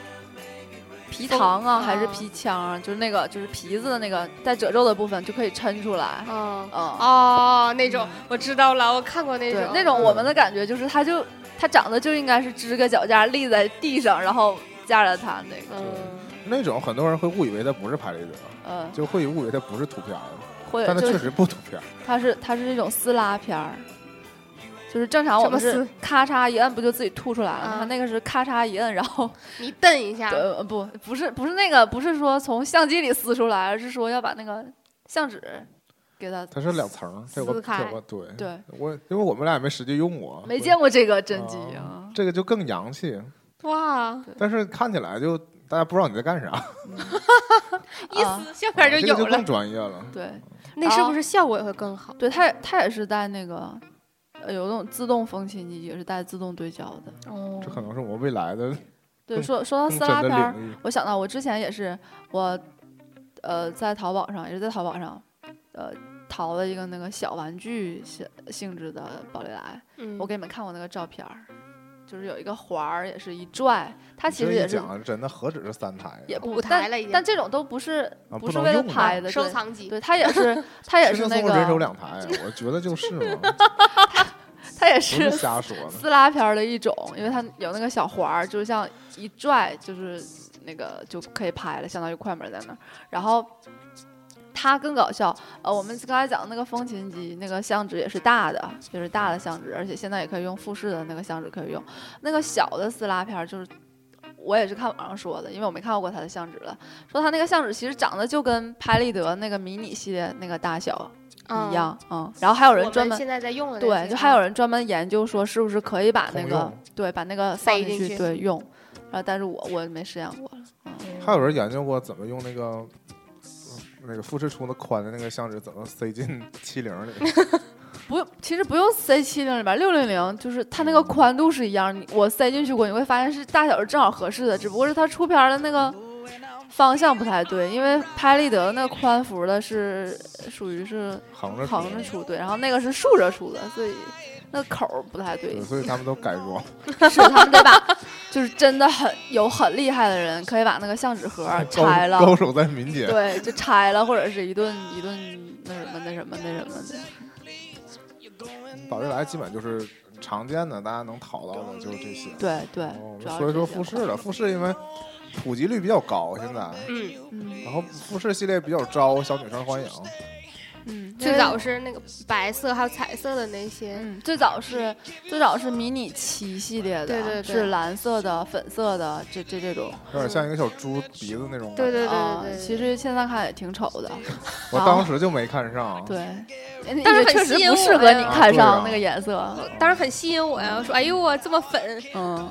皮风糖啊，还是啊皮腔啊？就是那个就是皮子的那个带褶皱的部分就可以抻出来。嗯，嗯，哦，那种我知道了，我看过那对种，那种我嗯们的感觉就是它就它长得就应该是支个脚架立在地上，然后架着它那个，嗯，那种，很多人会误以为它不是拍立得，嗯，就会误以为它不是图片儿，或者但它就确是实不图片儿。它是它是那种撕拉片儿，就是正常我们什么是撕咔嚓一摁不就自己吐出来了吗？啊它那个是咔嚓一摁，然后你瞪一下，呃不不是不是那个不是说从相机里撕出来，而是说要把那个相纸给它它是两层儿，它有撕个开它有个对对，我因为我们俩也没实际用过，没我见过这个真机啊啊啊，这个就更洋气，哇，但是看起来就大家不知道你在干啥， 一啊撕下边就这有个就了哦更，专业了。对那是不是效果也会更好？对，它也它也是带那个。呃有那种自动风琴机，也是带自动对焦的。哦这可能是我未来的对，更说说到撕更真拉片的 儿，领域。我想到我之前也是我，呃，在淘宝上也是在淘宝上，呃，淘了一个那个小玩具性性质的宝丽来。嗯我给你们看过那个照片儿，就是有一个环儿，也是一拽，它其实也这一是讲真的何止是三台呀，也不舞台了已但经但这种都不是啊不是不能为了用的拍的，收对藏机，对，它也 是它也是是那人手个 两台，我觉得就是嘛，它也不是是瞎说的。撕拉片儿的一种，因为它有那个小环儿，就是像一拽就是那个就可以拍了，相当于快门在那儿。然后它更搞笑，呃，我们刚才讲的那个风琴机，那个相纸也是大的，就是大的相纸，而且现在也可以用复式的那个相纸可以用。那个小的撕拉片儿就是。我也是看网上说的，因为我没看到过它的相纸了。说它那个相纸其实长得就跟拍立得那个迷你系列那个大小嗯一样，嗯。然后还有我人们专门现在在用的那对，些啊就还有人专门研究说是不是可以把那个通用对把那个塞放进进去对用，然后但是我我没实验过了，嗯还有人研究过怎么用那个呃那个富士通的宽的那个相纸，怎么塞进七零 里？不用，其实不用塞七零里边，六零零就是它那个宽度是一样，你我塞进去过，你会发现是大小是正好合适的，只不过是它出片儿的那个方向不太对，因为拍立得那个宽幅的是属于是横着横着出出对，然后那个是竖着出的，所以那口儿不太对对，所以他们都改装。是他们得把，就是真的很有很厉害的人，可以把那个相纸 盒儿高拆了，高手在民间。对，就拆了，或者是一顿一顿那什么那什么那什么的。宝丽来基本就是常见的，大家能淘到的就是这些。对对哦，主要所以是说这富些士的富士因为普及率比较高，现在，嗯嗯然后富士系列比较招小女生欢迎。嗯，最那早个是那个白色还有彩色的那些，嗯最早是最早是迷你七系列的，对对对是蓝色的、粉色的，这这这种有点像一个小猪鼻子那种感觉。对对对啊对对，其实现在看也挺丑的，我当时就没看上。对，但是很也确吸实引不适我合呀你看啊对啊上那个颜色，当时很吸引我呀，我说哎呦我这么粉， 嗯。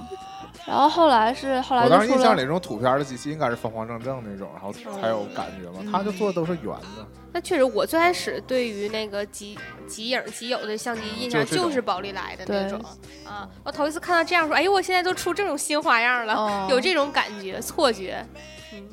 然后后来是后来我就当时出印象了里，这种土片的机器应该是方方正正那种，然后才有感觉嘛。它就做的都是圆的，那确实我最开始对于那个极极影极友的相机印象就这种就是宝丽来的那对种啊，我头一次看到这样说，哎呦我现在都出这种新花样了，嗯有这种感觉错觉，嗯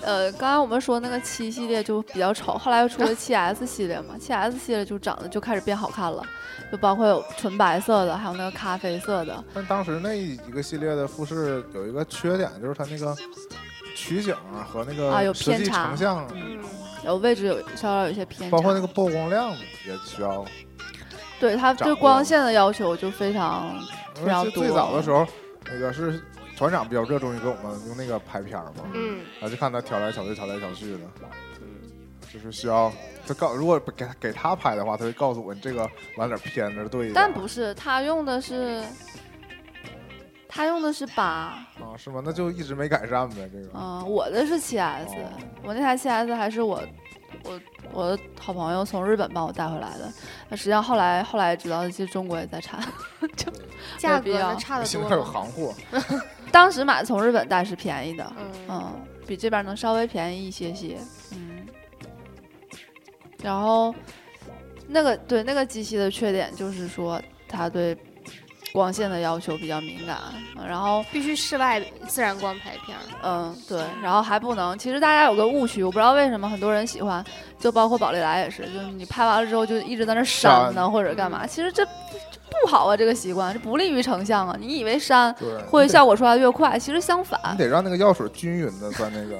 呃，刚刚我们说那个七系列就比较丑，后来又出了七 S 系列嘛，七 S 系列就长得就开始变好看了，就包括有纯白色的，还有那个咖啡色的，但当时那一个系列的富士有一个缺点，就是它那个取景和那啊有个实偏际差成像，嗯，然后位置有稍稍有一些偏差，包括那个曝光量也需要。对它掌对握光线的要求就非常非常而且多最早的时候，那个是团长比较热衷于给我们用那个拍片儿嘛，嗯然后就看他调来调去，调来调去的，就是需要他告，如果给给他拍的话，他就告诉我你这个往哪儿偏着对一点。但不是，它用的是它用的是八，啊，是吗？那就一直没改善呗，这个。嗯、我的是七 S，、哦我那台 7S 还是我我我的好朋友从日本帮我带回来的。那实际上后来后来知道，其实中国也在产。价必格呢要差得现多在有吗，行货，当时买从日本带是便宜的，嗯嗯，比这边能稍微便宜一些些，嗯。然后那个对那个机器的缺点就是说，它对光线的要求比较敏感，嗯然后必须室外自然光拍片儿。嗯，对，然后还不能。其实大家有个误区，我不知道为什么很多人喜欢，就包括宝丽来也是，就是你拍完了之后就一直在那删呢，或者干嘛。其实这这不好啊，这个习惯这不利于成像啊。你以为删对，会你得效果出来越快，其实相你反。得让那个药水均匀的在那个，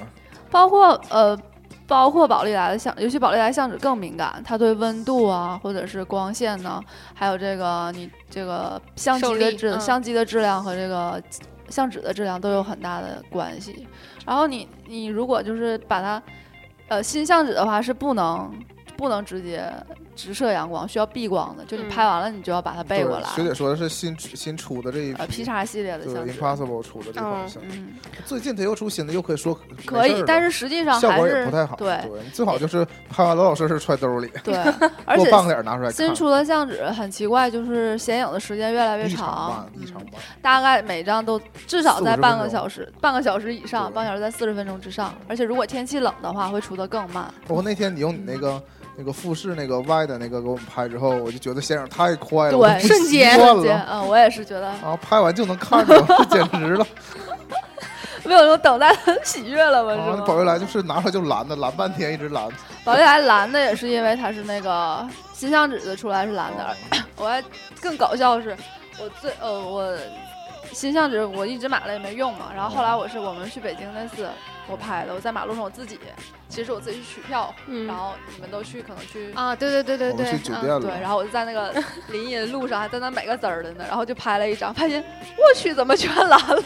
包括呃，包括宝丽来的相，尤其宝丽来相纸更敏感，它对温度啊，或者是光线呢、还有这个你这个相受机的力质、嗯相机的质量和这个相纸的质量都有很大的关系。然后你你如果就是把它，呃，新相纸的话是不能不能直接直射阳光，需要避光的。就你嗯拍完了，你就要把它背过对来。学姐说的是新出新出的这一呃，P 批，叉系列的对相纸， ，Impossible 出的这款嗯相机，嗯，最近它又出新的，又可以说可以，但是是实际上效还果是也不太好。对对，你最好就是 拍完老老实实揣兜里， 对，而过且半个点儿拿出来看。新出的相纸很奇怪，就是显影的时间越来越异常长慢，，异常嗯慢。大概每张都至少在40半个分钟小时，半个小时以上，对半个小时在四十分钟之上。而且如果天气冷的话，会出的更慢。包括那天你用你那个那个富士那个 Y 的那个给我们拍之后，我就觉得先生太快了，我对都不瞬间习惯姐，了。嗯，我也是觉得啊，拍完就能看着， 这简直 了！没有那种等待的喜悦了吧？啊，是吗？宝玉来就是拿出来就拦的，拦半天一直拦。宝丽来蓝的也是因为它是那个新相纸的出来是蓝啊的，我还更搞笑的是，我最呃我新相纸我一直买了也没用嘛，然后后来我是我们去北京那次我拍的，我在马路上我自己，其实我自己去取票，嗯然后你们都去可能去。啊，对对对对我们对，去酒啊店了，对，然后我就在那个林荫路上，还在那买个滋儿的呢，然后就拍了一张，发现我去怎么全蓝了，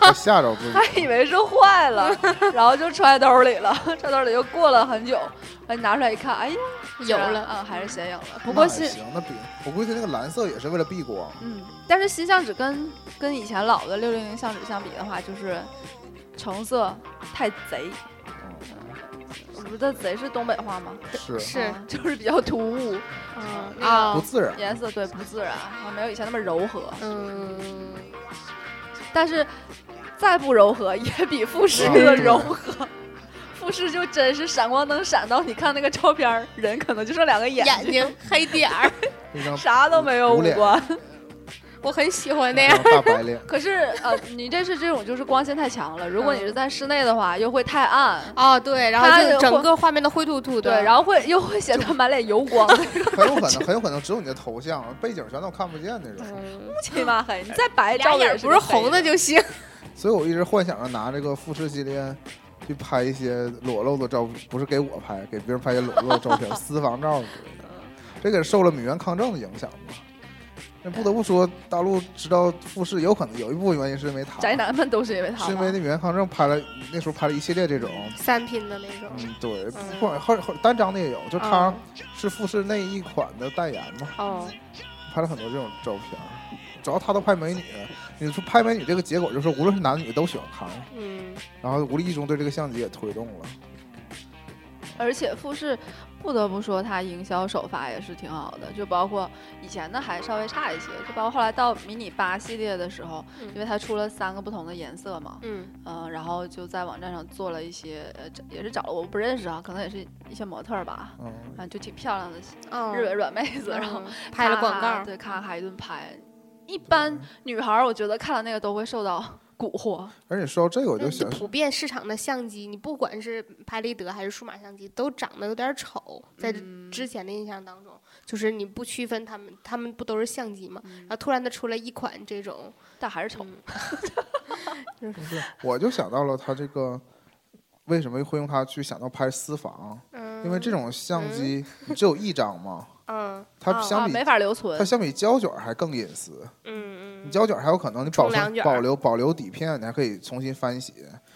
啊吓着自己。还以为是坏了，然后就揣兜里了， 揣兜里又过了很久，哎，拿出来一看，哎呀，有了，啊，还是显影了。 不不过新，行，那比我估计那个蓝色也是为了避光，嗯，但是新相纸跟跟以前老的六零零相纸相比的话，就是成色太贼。我不知道“贼”是东北话吗？是是嗯 就是比较突兀，嗯那个不啊，自然。颜色对不自然，啊，没有以前那么柔和。嗯，但是再不柔和，也比富士啊的对柔和。 富士就真是闪光灯闪到，你看那个照片儿，人可能就剩两个眼睛，眼睛黑点儿，那张啥都没有，无五脸官。我很喜欢那那 样。张大白脸，可是呃，你这是这种就是光线太强了，如果你嗯是在室内的话，又会太暗，哦，对，然它后就会整个画面都灰秃秃的，对，然后会又会显得满脸油光， 很有可能，很有可能只有你的头像，背景全都看不见那 种。嗯漆 麻黑。你再白俩照的眼儿也不是个黑红的就行。所以我一直幻想着拿这个富士系列去拍一些裸露的照，片，不是给我拍，给别人拍一些裸露的照片，私房照之类的。这个受了米原抗争的影响嘛？那不得不说，大陆知道富士有可能有一部分原因是因为他，宅男们都是因为他是因吗为那米原抗争拍了那时候拍了一系列这种，三拼的那种，嗯，对，嗯不管后后单张的也有，就他是富士那一款的代言嘛，哦，拍了很多这种照片儿。主要他都拍美女，你说拍美女这个结果就是无论是男女都喜欢看。嗯，然后无意中对这个相机也推动了。而且富士不得不说，它营销手法也是挺好的，就包括以前的还稍微差一些，就包括后来到迷你八系列的时候，嗯因为它出了三个不同的颜色嘛，嗯，嗯、然后就在网站上做了一些，呃，这也是找了我不认识啊，可能也是一些模特儿吧，嗯，啊，就挺漂亮的哦，日本软妹子，然然后后拍了咔广咔告，对，咔咔一顿拍。一般女孩儿，我觉得看到那个都会受到蛊惑，而且说到这个，我就那想，普遍市场的相机，你不管是拍立得还是数码相机，都长得有点丑。在嗯之前的印象当中，就是你不区分他们，他们不都是相机吗？嗯然后突然的出来一款这种，但还是丑。嗯我就想到了他这个为什么会用它去想到拍私房，嗯，因为这种，种相机你只有一张嘛，嗯，它啊，相比没法留存它。相比胶卷还更隐私。嗯你嗯，胶卷还有可能你保冲两存卷保留保留底片，你还可以重新翻写。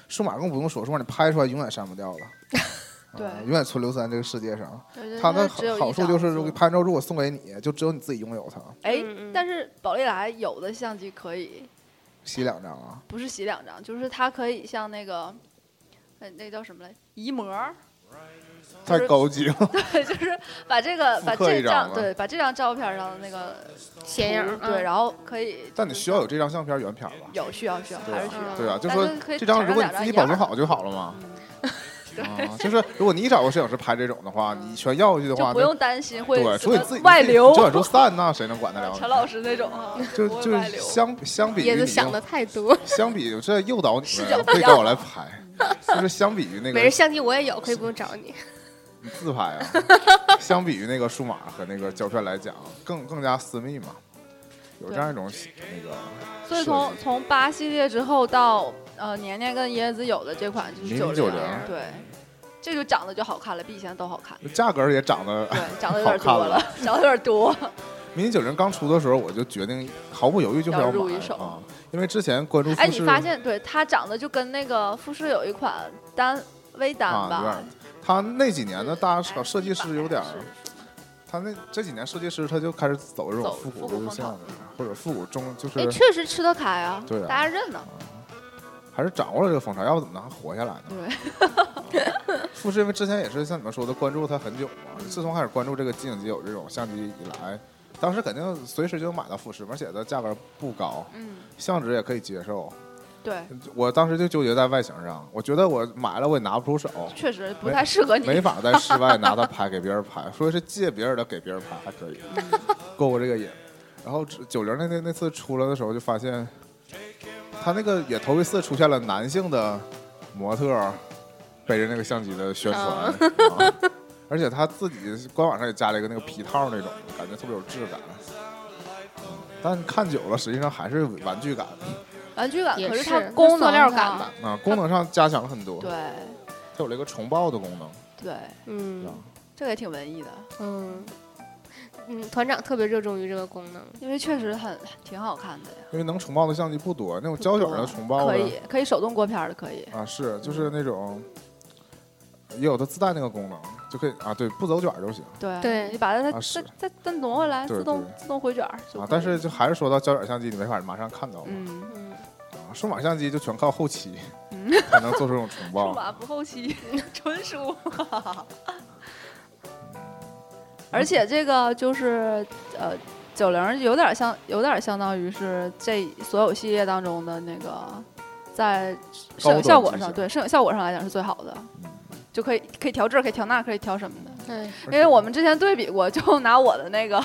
数码更不用说，数码你拍出来永远删不掉了。 对啊永远存留在这个世界上。对它那的只有一好好处张就是，做如果拍完之后如果送给你，就只有你自己拥有它。哎，嗯嗯但是宝丽来有的相机可以，洗两张啊，不是洗两张，就是它可以像那个，呃，那个叫什么来，移模儿， 太是高级了。 对，就是把这个复把刻这一张啊张嘛对，把这张照片上的那个显影图儿，对，嗯然后可以，但你需要有这张相片原片吧？有需要需要对还是需啊要，对啊，就但说是可以这张产如果生你两自己张 保一存样好就好了嘛。啊，就是如果你找个摄影师拍这种的话，你全要回去的就话，不那用担心会啊什对，除非么你自己外流你。就往出散，那谁能管得了陈你？老师那种啊，就不会就外是流相相比于椰你子想的太多。相比这诱导你视角们不一会样跟我来拍，就是相比于那没事，个相机我也有，可以不用找你。你自拍啊， 相比于那个数码和那个胶片来讲，更更加私密嘛，有这样一种那个所以设从计从八系列之后到呃年年跟椰子有的这款就是00九90对，这就长得就好看了，比以前都好看。价格也涨得对， 长得有点好看多了了，长得有点多。迷你九零刚出的时候，我就决定毫不犹豫就是要入买一手啊，因为之前关注哎，富你士发现对它长得就跟那个富士有一款单微单啊，有点吧儿，，他那几年的大家设计师 有点儿，他那这几年设计师他就开始走这种走复古复古路风线潮了，或者复古中就哎，是确实吃得开啊，对啊大家认呢。还是掌握了这个风潮，要不怎么能活下来呢？对， 富士因为之前也是像你们说的关注它很久嘛，自从开始关注这个机影机有这种相机以来，当时肯定随时就能买到富士，而且它价格不高，嗯，相纸也可以接受。对，我当时就纠结在外形上，我觉得我买了我也拿不出手，确实不没太适合没你。法在室外拿它拍给别人拍，说是借别人的给别人拍还可以，过过这个瘾。然后九零那那那次出来的时候，就发现他那个也头一次出现了男性的模特儿背着那个相机的宣传，啊啊而且他自己官网上也加了一个那个皮套那种，感觉特别有质感。嗯但看久了，实际上还是玩具感玩具感，也可是是它就功塑能料上感吧啊，功能上加强了很多。对它有了一个重爆的功能。对，是吧嗯这个也挺文艺的，嗯嗯，团长特别热衷于这个功能。因为确实很挺好看的呀。因为能重爆的相机不多，那种胶卷的重爆可的以可以手动锅片儿的，可以。啊，是就是那种也有它自带那个功能，就可以啊，对，不走卷就行对，对你把它啊再是再再挪回来，对自动对自动回卷儿就啊可，但以是就还是说到胶卷相机，你没法马上看到嘛，嗯，嗯，啊，数码相机就全靠后期嗯才能做出这种重数爆，码不后期，纯属。 而且这个就是呃，九零有点像，有点相当于是这所有系列当中的那个，在摄高端影效果机型上，对摄影效果上来讲是最好的嗯，就可以可以调这儿，可以调那儿，可以调什么的。哎， 因为我们之前对比过，就拿我的 那个，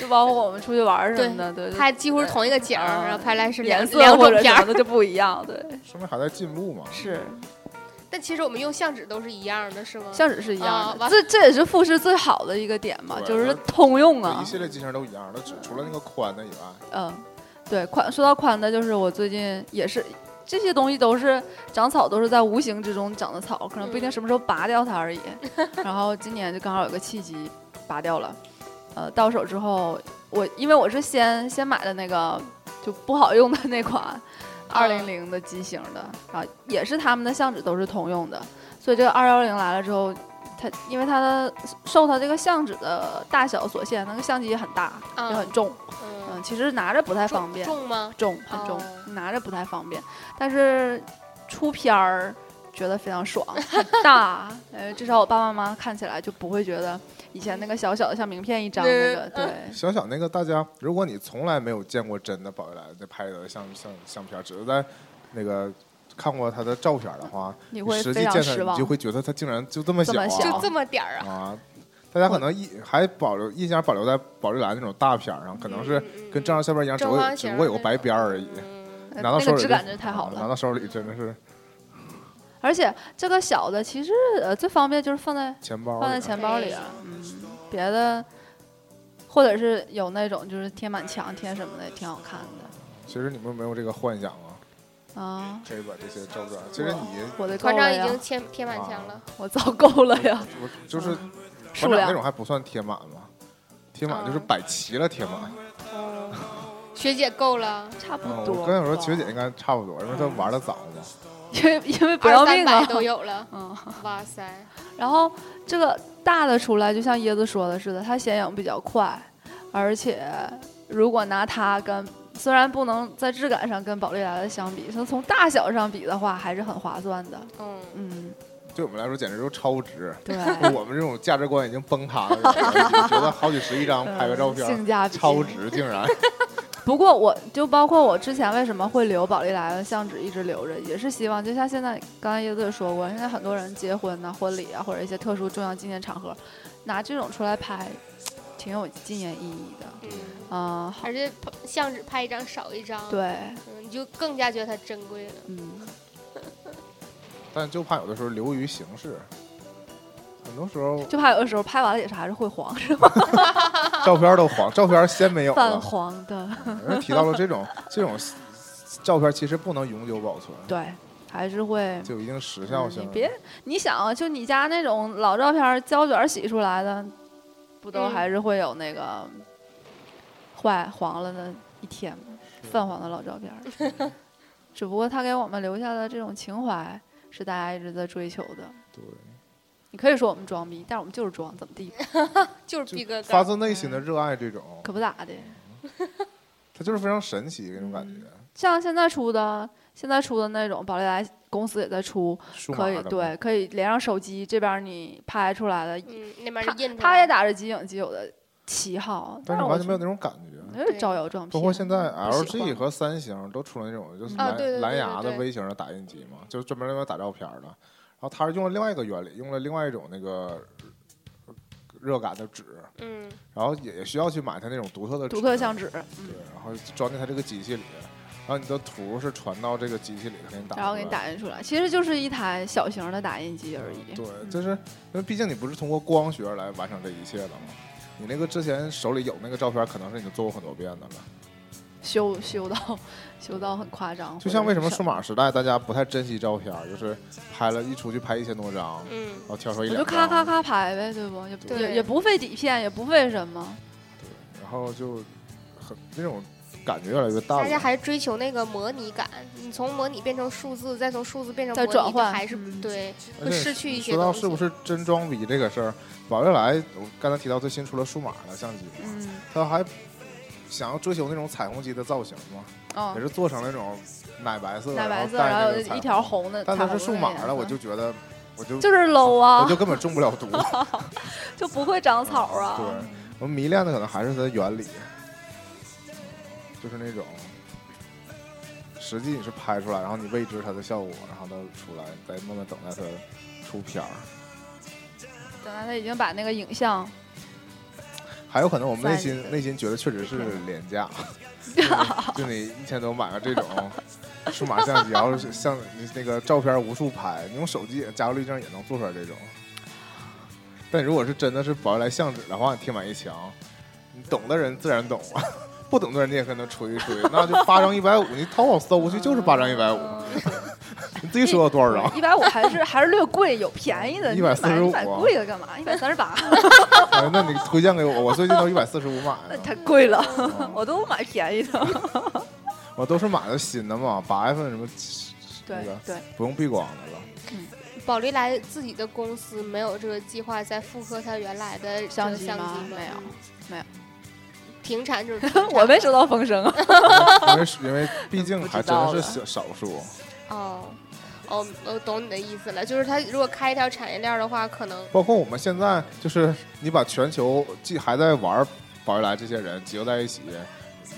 就包括我们出去玩儿什么的，对，就拍几乎是同一个景儿，然后拍来是两嗯颜色两或种者片什么儿。的就不一 样，对，说明还在进步嘛。是但其实我们用相纸都是一样的，是吗？相纸是一啊样的，完这这也是富士最好的一个点嘛，对就是通用这啊一，系列机型都一样的，只除了那个宽的以外，嗯，对宽说到宽的，就是我最近也是。这些东西都是长草，都是在无形之中长的草，可能不一定嗯什么时候拔掉它 而已。然后今年就刚好有个契机，拔掉了。呃，到手之后，我因为我是先先买的那个就不好用的那嗯款二零零的机型的啊，也是他们的相纸都是通用的，所以这个二幺零来了之后，它因为它的受它这个相纸的大小所限，那个相机也很大，嗯也很重，嗯，嗯，其实拿着不太重方便，重吗？重很重哦，拿着不太方便，但是出片儿觉得非 常爽，很大，呃，至少我爸爸妈妈看起来就不会觉得以前那个小小的像名片一张那嗯个，对，小小那个大家，如果你从来没有见过真的宝丽来的拍的相相相片，只是在那个看过他的照片的话，你你会实非际常见失他，望呃你就。会觉得他竟然就这么这小么啊，小就这么点儿啊？啊，大家可能印还保留印象保留在宝丽来那种大片儿上，可能是嗯跟正常相片一样，只不正过方只形，不过有个白边儿而已。嗯呃拿那到手个质里就嗯感真是太好拿了，到手里真的是而且这个小的其实呃最方便就是放在钱包里放在钱包里啊，嗯，别的或者是有那种就是贴满墙贴什么的也挺好看其实你们有没有这个幻想啊，的啊。可以把这些照片儿。其实你我的够团长了已呀经，贴贴满墙了，我早够了呀，我就是嗯数团长那量嗯种还不算贴满嘛，贴满啊就是摆齐了贴满。嗯，哦 学姐够了，差不嗯，多。嗯我刚想说 学姐应该差不多，因为她玩的早嘛。因为因为不二要三命百啊。都有了，嗯，哇塞， 然后这个大的出来，就像椰子说的似的，它显影比较快，而且如果拿它跟虽然不能在质感上跟宝丽来的相比，但从大小上比的话，还是很划算的。嗯，嗯，对我们来说简直就是超值。 对，就我们这种价值观 已经崩塌了，有点儿觉得好几十一张拍个照片儿嗯性价比 超值，竟然。不过我就包括我之前为什么会留宝丽来的相纸一直留着，也是希望就像现在刚才椰子也说过，现在很多人结婚呐、婚礼啊，或者一些特殊重要纪念场合，拿这种出来拍，挺有纪念意义的嗯，啊、好而且相纸拍一张少一张，对，嗯，你就更加觉得它珍贵了。嗯，但就怕有的时候流于形式。很多时候就怕有的时候拍完了也是还是会黄，是照片都黄，照片先没有泛了。黄的，人提到了这种这种照片，其实不能永久保存， 对，还是会。嗯就有一定时效你性。别，你想啊，就你家那种老照片儿胶卷儿洗出来的，不都嗯还是会有那个坏黄了的一天吗？泛黄的老照片儿，只不过他给我们留下的这种情怀是大家一直在追求的。对，你可以说我们装逼，但是我们就是装，怎么地，就是逼哥就哥发自内心的热爱这种，可不咋的。它就是非常神奇那种感觉。像现在出的，现在出的那种宝丽来公司也在出，数码可以的嘛对，可以连上手机这边儿你拍出来的，嗯，那边他是印出他来也的打着即影即有的旗号，但是是我完全没有觉那种感觉。得有点招摇撞骗。包括现在不喜欢 LG 和三星都出了那种就是嗯啊蓝、对对对蓝牙对的对微型的打印机嘛，就是专门用来打照片的。然后它是用了另外一个原理，用了另外一种那个热感的纸，嗯，然后也需要去买它那种独特的独特相相纸，纸，对嗯，，然后装进它这个机器里，然后你的图是传到这个机器里给你打出来，然后给你打印出来，其实就是一台小型的打印机而已。对，嗯就是因为毕竟你不是通过光学来完成这一切的嘛，你那个之前手里有那个照片，可能是已经做过很多遍的了。修修到修到很夸张。就像为什么或者数码时代大家不太珍惜照片儿，就是拍了一出去拍一千多张，嗯然后挑出一是我就两咔咔张，咔拍呗，对不？也不对也也不费底片，也不费什么。然后就很那种感觉越来越淡大家了。还是追求那个模拟感，你从模拟变成数字，再从数字变成再模拟，转换它还是嗯对，而会且失去一些说到东西是不是真装逼这个事儿，宝悦来我刚才提到最新出了数码的相机嘛，嗯，他还想要追求那种彩虹机的造型嘛，哦，也是做成那种奶白色，奶白色，带然后那个有彩一条虹，红的，但它彩是虹数那码颜的，色我就觉得我就就是 low 我啊就，根本中不了毒。就不会长草啊。对，我们迷恋的可能还是它的原理，就是那种实际你是拍出来，然后你未知它的效果，然后它出来，再慢慢等待它出片儿。等到他已经把那个影像还有可能我们内在那心个内心觉得确实是廉价， 就你一千多买个这种 数码相机，然后是像那个照片无数拍，你用手机也加个滤镜也能做出来这种。但如果是真的是宝来相纸的话，你贴满一墙，你懂的人自然懂 了，不懂的人你也跟他 吹一吹，那就八张一百五，你淘宝搜啊过去就是八张一百五，你自己说有多 少张？一百五还是还是略贵，有便宜的，你买145你买贵的干嘛？一百三十八， 哎，那你推荐给我，我最近都一百四十五买那的 太，贵了，嗯我都买便宜的。我都是买的新的嘛，八月份什么那对个对，不用避光的了。宝丽来自己的公司没有这个计划再复刻它原来的这相个机相吗机吗？嗯没有没有，停产 就是我没收到风声啊。 因为是因为毕竟还真的是小少数，哦。哦，我懂你的意思了，就是它如果开一条产业链的话，可能包括我们现在就是你把全球既还在玩宝丽来这些人集合在一起，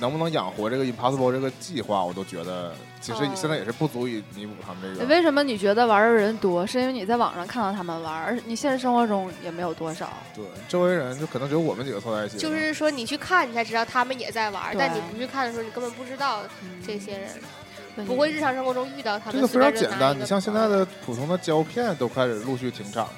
能不能养活这个 Impossible 这个计划，我都觉得其实哦现在也是不足以弥补他们这个。为什么你觉得玩的人多？是因为你在网上看到他们玩，而你现实生活中也没有多少。对，周围人就可能只有我们几个凑在一起了，就是说你去看，你才知道他们也在玩儿，对但你不去看的时候，你根本不知道嗯这些人，对不会日常生活中遇到他们。这个非常随便就简拿一单。个你像现在的普通的胶片都开始陆续停产了，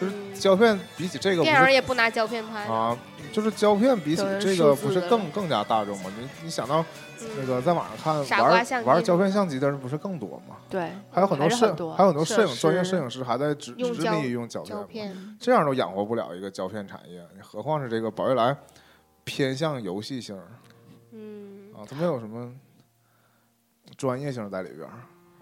就是胶片比起这个不嗯电影是也不拿胶片拍，啊，就是胶片比起就是这个数不字是的更更加大众吗？你你想到那嗯，个在网上看傻瓜玩相机玩胶片相机的人不是更多吗？对，还有很多还是摄很多还有很多摄影摄专业师摄影师还在执用执胶迷于用胶片胶嘛，片，这样都养活不了一个胶片产业，你何况是这个宝悦来偏向游戏性儿嗯，啊，它没有什么专业性在里边儿。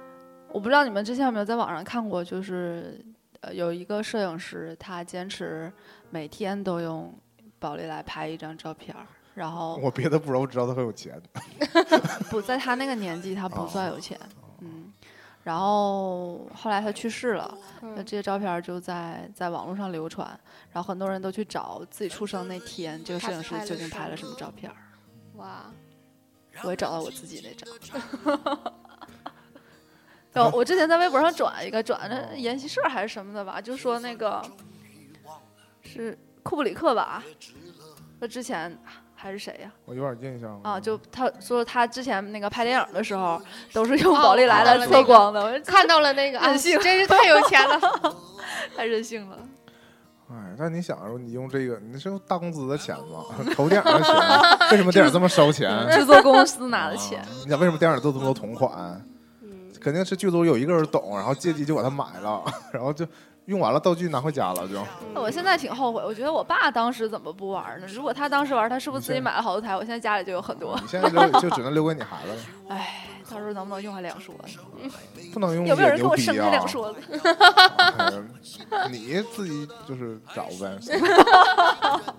我不知道你们之前有没有在网上看过，就是呃有一个摄影师，他坚持每天都用宝丽来拍一张照片儿，然后我别的不知道，我知道他很有钱，不在他那个年纪，他不哦算有钱，嗯。然后后来他去世了，那嗯这些照片儿就在在网络上流传，然后很多人都去找自己出生那天这个摄影师究竟拍了什么照片儿。哇，我会找到我自己那张。有，我之前在微博上转一个，转的研习社还是什么的吧，就说那个是库布里克吧，说之前还是谁呀、我有点印象了啊，就他说他之前那个拍电影的时候，都是用哦宝丽来来测光的，我说看到了那个啊，任性真是太有钱 了。太任性了。哎，但你想，你用这个，你是用大公司的钱吗？ 投电影 的钱，为什么电影这么烧钱？制作公司拿嗯的钱啊，你想为什么电影都这么多同款？嗯，肯定是剧组有一个人懂，然后借机就把它买了， 然后就用完了道具拿回家了，就我现在挺后悔。我觉得我爸当时怎么不玩呢？如果他当时玩，他是不是自己买了好多台？我现在家里就有很多。你现在留就只能留给你孩子了，哎，到时候能不能用上两说呢？不能用有没有也人给牛我逼生啊个！两说子？哎你自己就是找呗，啊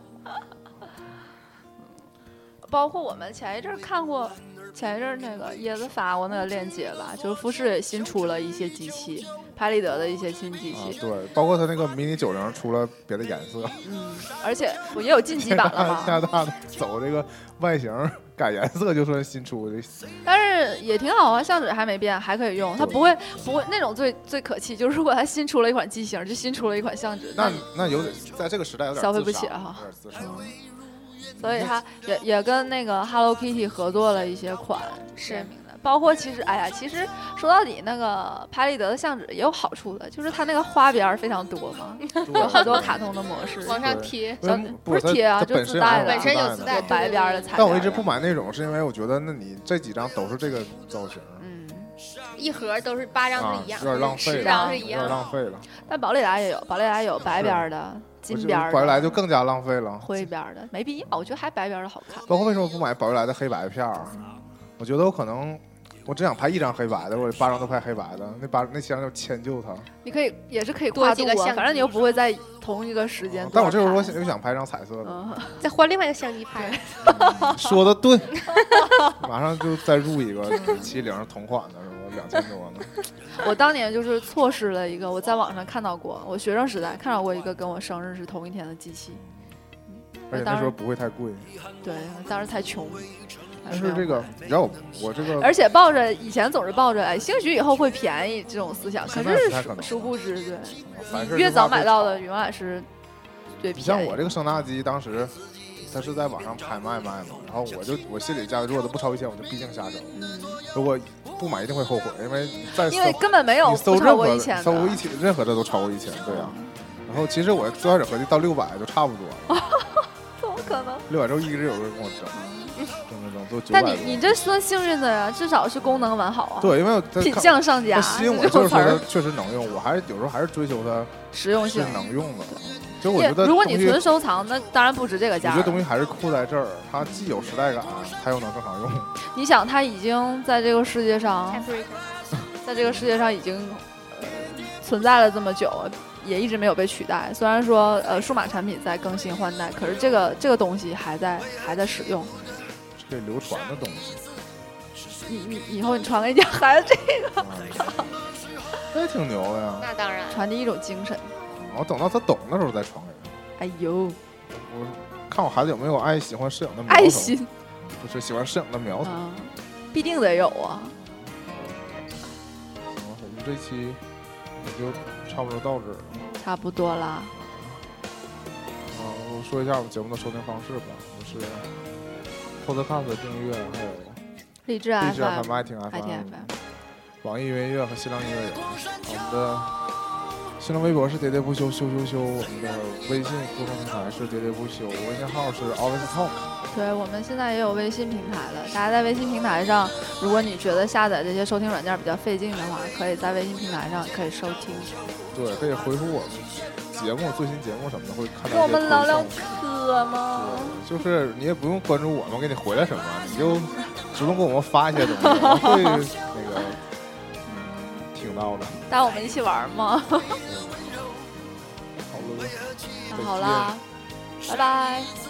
包括我们前一阵儿看过，前一阵儿那个椰子发过那个链接吧，就是富士也新出了一些机器，拍立得的一些新机啊器，对，包括他那个迷你九零出了别的颜 色，嗯，而且我也有晋级加版拿了 大加嘛，拿大走这个外形改颜色就算新出的，但是也挺好啊，相纸还没变，还可以用，它不会不会那种最最可气就是如果它新出了一款机型，就新出了一款相纸，那那有点在这个时代有点消费不自杀起了哈有点自杀。 所以它也也跟那个 Hello Kitty 合作了一些款是联名的，包括其实哎呀，其实说到底，那个拍立得的相纸也有好处的，就是它那个花边儿非常多 嘛，有很多卡通的模式，往上贴，为什么不是它贴啊它就本自身带有的本身有的自带有的白边儿的、彩边儿的。但我一直不买那种，是因为我觉得那你这几张都是这个造型，嗯，一盒都是八张啊是一有样，点浪十费张了，啊是有一点样。浪费了。但宝丽来也有，宝丽来有白边儿的、我金就边儿的、宝丽来就更加浪费了。灰边儿的，没必要。我觉得还白边儿的好看。包括为什么不买宝丽来的黑白片儿？啊我觉得我可能我只想拍一张黑白的，我八张都拍黑白的，那八那七张就迁就它。你可以也是可以多跨几度个啊，相反正你机又不会在同一个时间段嗯看。但我这会儿我想又想拍张彩色的，嗯，再换另外一个相机拍，说的 对，马上就再入一个七零同款的，是吧？两千 多呢。我当年就是错失了一个，我在网上看到过，我学生时代看到过一个跟我生日是同一天的机器。而且那时候不会太贵，对，当时太穷。还没但是有这个，你知道我我这个而且抱着以前总是抱着哎，兴许以后会便宜这种思想，可现在是不太可殊能殊不知，对，凡事越就早怕被买到炒的永远是最便宜。你像我这个声纳机，当时它是在网上拍卖卖嘛，然后我就我心里价如果都不超一千，我就必定下手。嗯，如果不买一定会后悔，因为你再搜因为根本没有你搜不任超何过的一千搜的一。千任何的都超过一千，对啊。然后其实我最开始合计到六百就差不多了，怎么可能？六百之后一直有人跟我争，争争争，都九百但多你。你这算幸运的呀，至少是功能完好啊，，对，因为我在品看相上佳，我吸引我这就种是词说它儿确实能用，我还是有时候还是追求它实用是性。能用的。就我对觉得，如果东你西。纯收藏，那当然不值这个我价觉得东儿。西还是酷在这儿，它既有时代感，它又能正常用。你想，它已经在这个世界上太，freak 了。在这个世界上已经、呃、存在了这么久，也一直没有被取代。虽然说呃数码产品在更新换代，可是这个这个东西还在还在使用。这流传的东西，你你以后你传给你家孩子，这啊 这也挺牛的呀。那当然，传递一种精神。我等到他懂的时候再传给他。哎呦，我看我孩子有没有爱喜欢摄影的苗头，爱心不是喜欢摄影的苗头。啊，必定得有啊。行，我们这期也就差不多到这儿了。差不多啦，啊，我说一下我们节目的收听方式吧，就是 Podcast 的订阅，还有励志荔枝 FM FM、、爱听 i t FM、 FM，网易云音乐和新浪音乐人。我们的新浪微博是喋喋不休，休休休。我们的微信公众平台是喋喋不休，微信号是 always talk。对我们现在也有微信平台了。大家在微信平台上，如果你觉得下载这些收听软件比较费劲的话，可以在微信平台上可以收听，对，可以回复我们节目最新节目什么的，会看到一些跟我们聊聊推送嗑吗？就是你也不用关注我们给你回来什么，你就主动给我们发一些东西，我们会那个嗯听到的。带我们一起玩 吗？好了。 那好啦，拜拜。